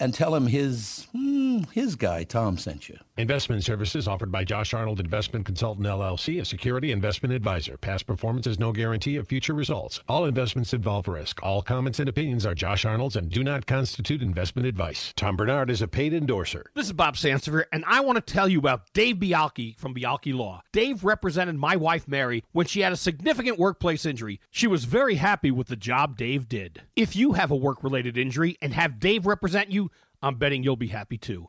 Speaker 2: and tell him his, hmm, his guy, Tom, sent you.
Speaker 16: Investment services offered by Josh Arnold Investment Consultant LLC, a security investment advisor. Past performance is no guarantee of future results. All investments involve risk. All comments and opinions are Josh Arnold's and do not constitute investment advice. Tom Bernard is a paid endorser.
Speaker 17: This is Bob Sansevier, and I want to tell you about Dave Bialki from Bialki Law. Dave represented my wife, Mary, when she had a significant workplace injury. She was very happy with the job Dave did. If you have a work related injury and have Dave represent you, I'm betting you'll be happy too.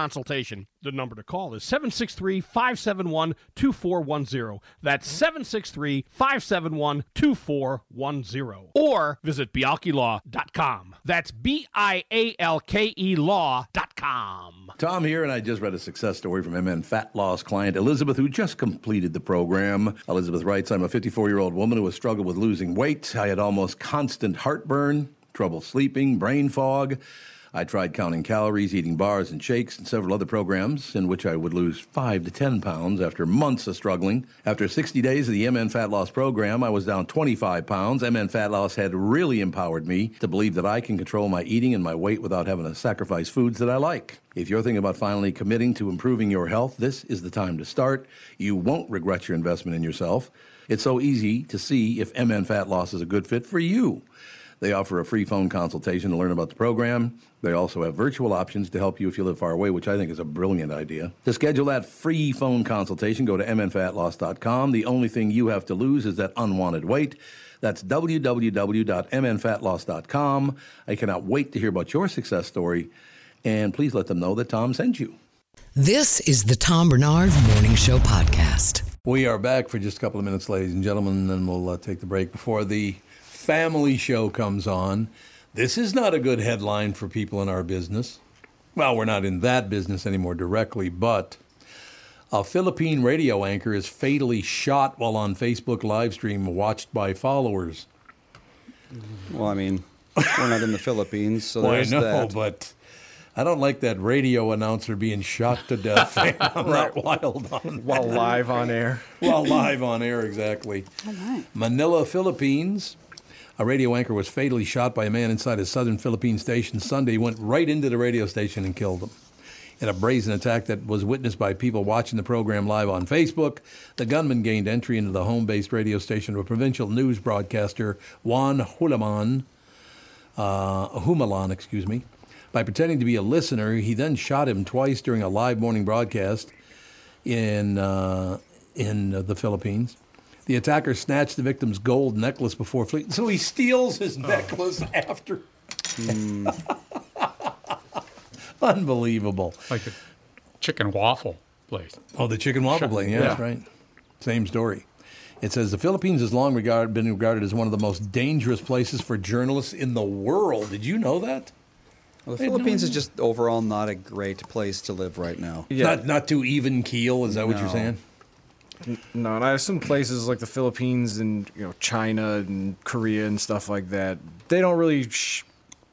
Speaker 17: The number to call is 763 571 2410. That's 763 571 2410. Or visit bialkilaw.com. That's B I A L K E law.com.
Speaker 2: Tom here, and I just read a success story from MN Fat Loss client Elizabeth, who just completed the program. Elizabeth writes I'm a 54 year old woman who has struggled with losing weight. I had almost constant heartburn, trouble sleeping, brain fog. I tried counting calories, eating bars and shakes, and several other programs in which I would lose five to 10 pounds after months of struggling. After 60 days of the MN Fat Loss program, I was down 25 pounds. MN Fat Loss had really empowered me to believe that I can control my eating and my weight without having to sacrifice foods that I like. If you're thinking about finally committing to improving your health, this is the time to start. You won't regret your investment in yourself. It's so easy to see if MN Fat Loss is a good fit for you. They offer a free phone consultation to learn about the program. They also have virtual options to help you if you live far away, which I think is a brilliant idea. To schedule that free phone consultation, go to mnfatloss.com. The only thing you have to lose is that unwanted weight. That's www.mnfatloss.com. I cannot wait to hear about your success story, and please let them know that Tom sent you.
Speaker 1: This is the Tom Bernard Morning Show podcast.
Speaker 2: We are back for just a couple of minutes, ladies and gentlemen, and then we'll uh, take the break before the family show comes on. This is not a good headline for people in our business. Well, we're not in that business anymore directly, but a Philippine radio anchor is fatally shot while on Facebook live stream watched by followers.
Speaker 3: Well, I mean, we're not in the Philippines, so
Speaker 2: Well, I
Speaker 3: there's
Speaker 2: know,
Speaker 3: that.
Speaker 2: but I don't like that radio announcer being shot to death. I'm not wild on
Speaker 4: While
Speaker 2: that.
Speaker 4: live on air.
Speaker 2: While live on air, exactly.
Speaker 15: All right.
Speaker 2: Manila, Philippines. A radio anchor was fatally shot by a man inside a southern Philippine station Sunday. He went right into the radio station and killed him. in a brazen attack that was witnessed by people watching the program live on Facebook. The gunman gained entry into the home based radio station of provincial news broadcaster Juan Hulaman, uh, Humalan, excuse me. By pretending to be a listener, he then shot him twice during a live morning broadcast in, uh, in uh, the Philippines. The attacker snatched the victim's gold necklace before fleeing. So he steals his necklace after. Unbelievable.
Speaker 14: Like the chicken waffle place.
Speaker 2: Oh, the chicken waffle
Speaker 14: Sure.
Speaker 2: bling. Yeah, that's
Speaker 14: Yeah.
Speaker 2: right. Same story. It says the Philippines has long regard, been regarded as one of the most dangerous places for journalists in the world. Did you know that?
Speaker 3: Well, the
Speaker 2: I had no
Speaker 3: Philippines is
Speaker 2: idea.
Speaker 3: just overall not a great place to live right now.
Speaker 2: Not, not too even keel. Is that what you're
Speaker 3: No.
Speaker 2: saying?
Speaker 4: No, and I have some places like the Philippines and you know China and Korea and stuff like that. They don't really sh-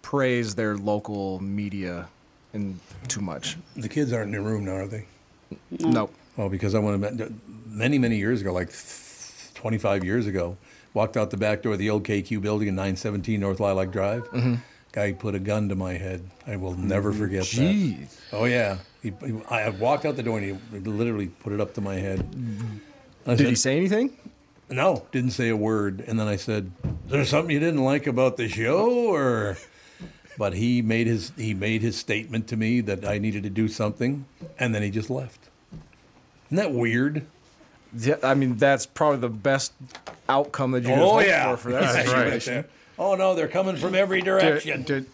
Speaker 4: praise their local media in too much.
Speaker 2: The kids aren't in their room now, are they?
Speaker 4: No. Nope.
Speaker 2: Oh, because I went to- many, many years ago, like 25 years ago, walked out the back door of the old KQ building in 917 North Lilac Drive.
Speaker 4: Mhm.
Speaker 2: Guy put a gun to my head. I will never forget
Speaker 4: Jeez.
Speaker 2: that. Oh, yeah. He, he- I I walked out the door and he literally put it up to my head.
Speaker 4: Did he say anything?
Speaker 2: No, didn't say a word. And then I said, "Is there something you didn't like about the show?" Or, but he made his he made his statement to me that I needed to do something, and then he just left. Isn't that weird?
Speaker 4: Yeah, I mean that's probably the best outcome that you could
Speaker 2: oh
Speaker 4: hope
Speaker 2: yeah,
Speaker 4: for for that
Speaker 2: That's right.
Speaker 4: situation.
Speaker 2: Oh no, they're coming from every direction.
Speaker 14: Did,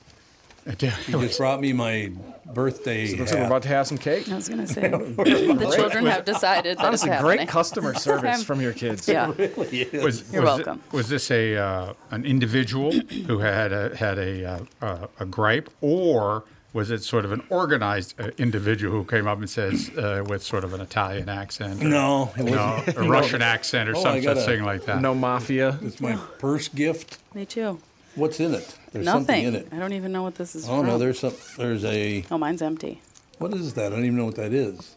Speaker 2: he just brought me my birthday.
Speaker 4: So it looks like we're
Speaker 2: hat.
Speaker 4: about to have some cake. I
Speaker 15: was gonna say
Speaker 4: the
Speaker 15: children have decided that it's
Speaker 4: Honestly,
Speaker 15: happening.
Speaker 4: great customer service
Speaker 15: I'm-
Speaker 4: from your kids.
Speaker 15: Yeah.
Speaker 14: Was,
Speaker 15: You're
Speaker 14: was thi-
Speaker 15: welcome.
Speaker 14: was this a uh, an individual who had a, had a, uh, uh, a gripe, or was it sort of an organized uh, individual who came up and says uh, with sort of an Italian accent? Or,
Speaker 2: No, it
Speaker 14: no,
Speaker 2: wasn't.
Speaker 14: a Russian accent or
Speaker 2: Oh, I
Speaker 14: some such
Speaker 2: gotta-
Speaker 14: thing like that.
Speaker 4: No mafia.
Speaker 2: It's my purse gift.
Speaker 15: Me too.
Speaker 2: What's in it? There's
Speaker 15: Nothing.
Speaker 2: something in it.
Speaker 15: I don't even know what this is.
Speaker 2: Oh
Speaker 15: from.
Speaker 2: no, there's some. There's a.
Speaker 15: Oh, mine's empty.
Speaker 2: What is that? I don't even know what that is.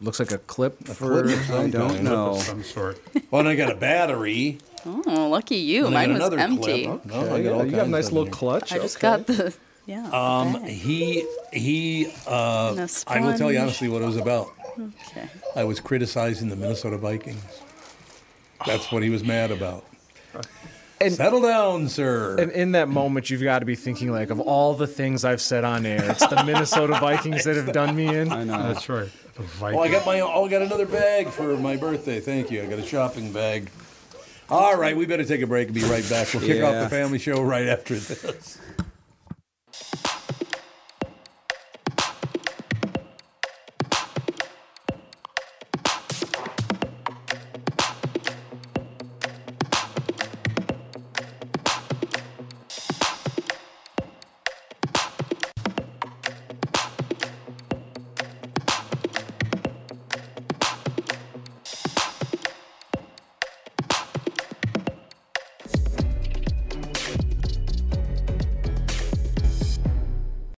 Speaker 4: Looks like a clip
Speaker 14: for-
Speaker 2: of some
Speaker 14: I don't
Speaker 2: kind.
Speaker 14: know. Clip of some sort.
Speaker 2: Well, and I got a battery.
Speaker 15: Oh, lucky you.
Speaker 2: And I got
Speaker 15: Mine was
Speaker 2: another clip.
Speaker 15: empty.
Speaker 2: Oh, no, I got all
Speaker 4: you got a
Speaker 2: kinds
Speaker 4: nice
Speaker 2: of
Speaker 4: little
Speaker 2: them here.
Speaker 4: clutch.
Speaker 15: I just got the yeah.
Speaker 2: Um, he he. Uh,
Speaker 15: And a
Speaker 2: I will tell you
Speaker 15: sponge.
Speaker 2: honestly what it was about.
Speaker 15: Okay.
Speaker 2: I was criticizing the Minnesota Vikings. That's what he was mad about. Settle down, sir.
Speaker 4: And in that moment, you've got to be thinking like, of all the things I've said on air, it's the Minnesota Vikings that have done me in. I
Speaker 14: know. That's right. The Vikings.
Speaker 2: Oh, I got my. Oh, I got another bag for my birthday. Thank you. I got a shopping bag. All right, we better take a break and be right back. We'll kick off
Speaker 14: Yeah.
Speaker 2: the family show right after this.